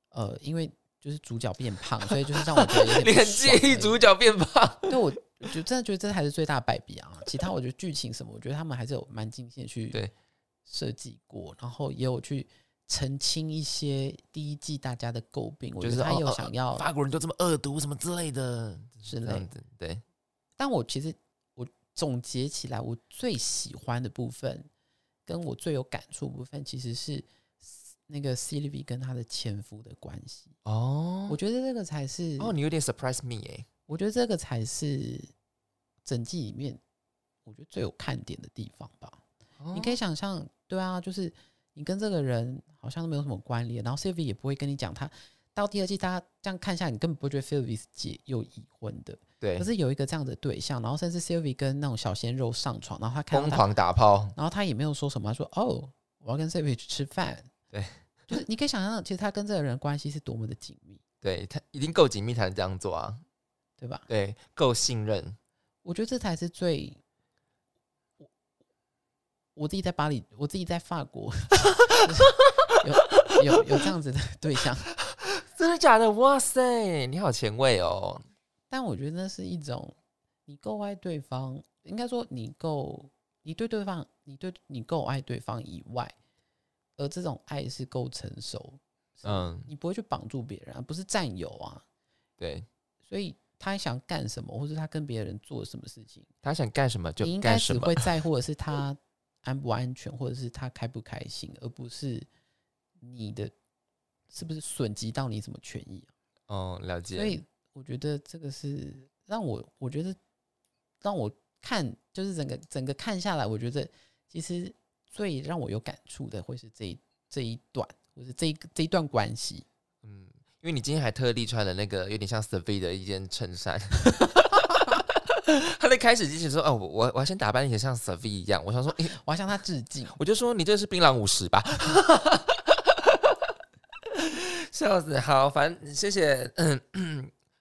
Speaker 3: 呃，因为就是主角变胖，所以就是让我觉得有 点
Speaker 2: 你
Speaker 3: 不
Speaker 2: 很介
Speaker 3: 爽欸而
Speaker 2: 意
Speaker 3: 已
Speaker 2: 主。角变胖？
Speaker 3: 对我，我就真的觉得这才是最大的败笔啊！其他我觉得剧情什么，我觉得他们还是有蛮精心地
Speaker 2: 对
Speaker 3: 去设计过，然后也有去澄清一些第一季大家的诟病。我
Speaker 2: 就
Speaker 3: 觉
Speaker 2: 是
Speaker 3: 得他
Speaker 2: 哦
Speaker 3: 有
Speaker 2: 哦
Speaker 3: 想要
Speaker 2: 法国人都这么恶毒什么之类的这
Speaker 3: 之类
Speaker 2: 样
Speaker 3: 的，
Speaker 2: 子，对，
Speaker 3: 但我其实我总结起来，我最喜欢的部分，跟我最有感触的部分，其实是那个 Sylvie 跟她的前夫的关系。我
Speaker 2: 哦，
Speaker 3: 觉得这个才是，
Speaker 2: 哦，你有点 surprise me 哎、
Speaker 3: 我觉得这个才是整季里面我觉得最有看点的地方吧。你
Speaker 2: 嗯
Speaker 3: 可以想象，对啊，就是你跟这个人好像都没有什么关联，然后 Sylvie 也不会跟你讲他。到第二季，大家这样看下来，你根本不会觉得 Sylvie 是结又已婚的，
Speaker 2: 对
Speaker 3: 可，是有一个这样的对象，然后甚至 Sylvie 跟那种小鲜肉上床，然后他看
Speaker 2: 疯
Speaker 3: 到他，
Speaker 2: 狂打炮，
Speaker 3: 然后他也没有说什么，他说哦，我要跟 Sylvie 去吃饭。
Speaker 2: 对，
Speaker 3: 就是你可以想象，其实他跟这个人的关系是多么的紧密，
Speaker 2: 对他已经够紧密才能这样做啊，
Speaker 3: 对吧？
Speaker 2: 对，够信任，
Speaker 3: 我觉得这才是最。我我自己在巴黎，我自己在法国，有有有这样子的对象，
Speaker 2: 真的假的？哇塞，你好前卫哦，
Speaker 3: 但我觉得那是一种你够爱对方，应该说你够，你对对方，你对你够爱对方以外，而这种爱是够成熟，
Speaker 2: 嗯，
Speaker 3: 你不会去绑住别人、啊，不是占有啊。
Speaker 2: 对
Speaker 3: 所以他想干什么，或者他跟别人做什么事情，
Speaker 2: 他想干什么就
Speaker 3: 你应该
Speaker 2: 干
Speaker 3: 只
Speaker 2: 什么
Speaker 3: 会。 在乎的是他安不安全，或者是他开不开心，而不是你的是不是损及到你什么权益啊、
Speaker 2: 嗯，了解。
Speaker 3: 所以我觉得这个是让我，我觉得让我看，就是整个整个看下来，我觉得其实最让我有感触的会是这一这一段，或是这一这一段关系。
Speaker 2: 嗯，因为你今天还特地穿了那个有点像 Survey 的一件衬衫。他在开始之前说：“哦，我我我要先打扮一下像 Survey 一样。”我想说，诶
Speaker 3: 我要向他致 敬。
Speaker 2: 我就说你这是槟榔五十吧， 笑死！好，反正谢谢。嗯，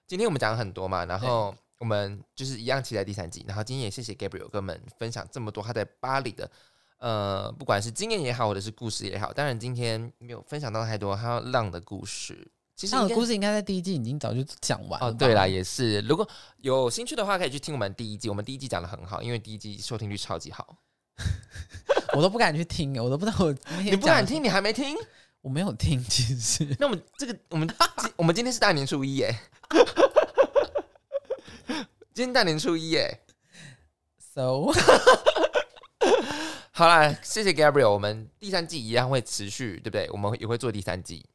Speaker 2: 今天我们讲了很多嘛，然后我们就是一样期待第三季。然后今天也谢谢 Gabriel 跟我们分享这么多他在巴黎的。呃，不管是经验也好，或者是故事也好，当然今天没有分享到太多他浪的故事。其实
Speaker 3: 上
Speaker 2: 应该
Speaker 3: 的故事应该在第一季已经早就讲完了吧。
Speaker 2: 哦，对啦，也是。如果有兴趣的话，可以去听我们第一季。我们第一季讲的很好，因为第一季收听率超级好。
Speaker 3: 我都不敢去听，我都不知道我
Speaker 2: 你
Speaker 3: 你
Speaker 2: 不敢听，，你还没听？
Speaker 3: 我没有听，其实
Speaker 2: 那我们这个，我们今 我们今天是大年初一耶， 今天大年初一耶。
Speaker 3: so
Speaker 2: 好啦，谢谢 Gabriel，我们第三季一样会持续，对不对？我们也会做第三季。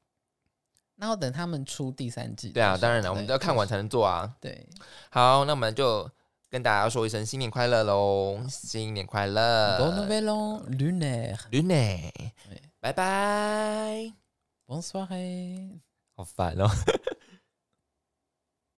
Speaker 3: 然后等他们出第三季的时候，
Speaker 2: 对啊，当然了，我们都要看完才能做啊。
Speaker 3: 对，
Speaker 2: 好，那我们就跟大家说一声新年快乐喽，新年快
Speaker 3: b o n n o
Speaker 2: 乐
Speaker 3: v e l o n lunaire,
Speaker 2: l u n e 拜拜。
Speaker 3: bonne soirée。
Speaker 2: 好烦哦。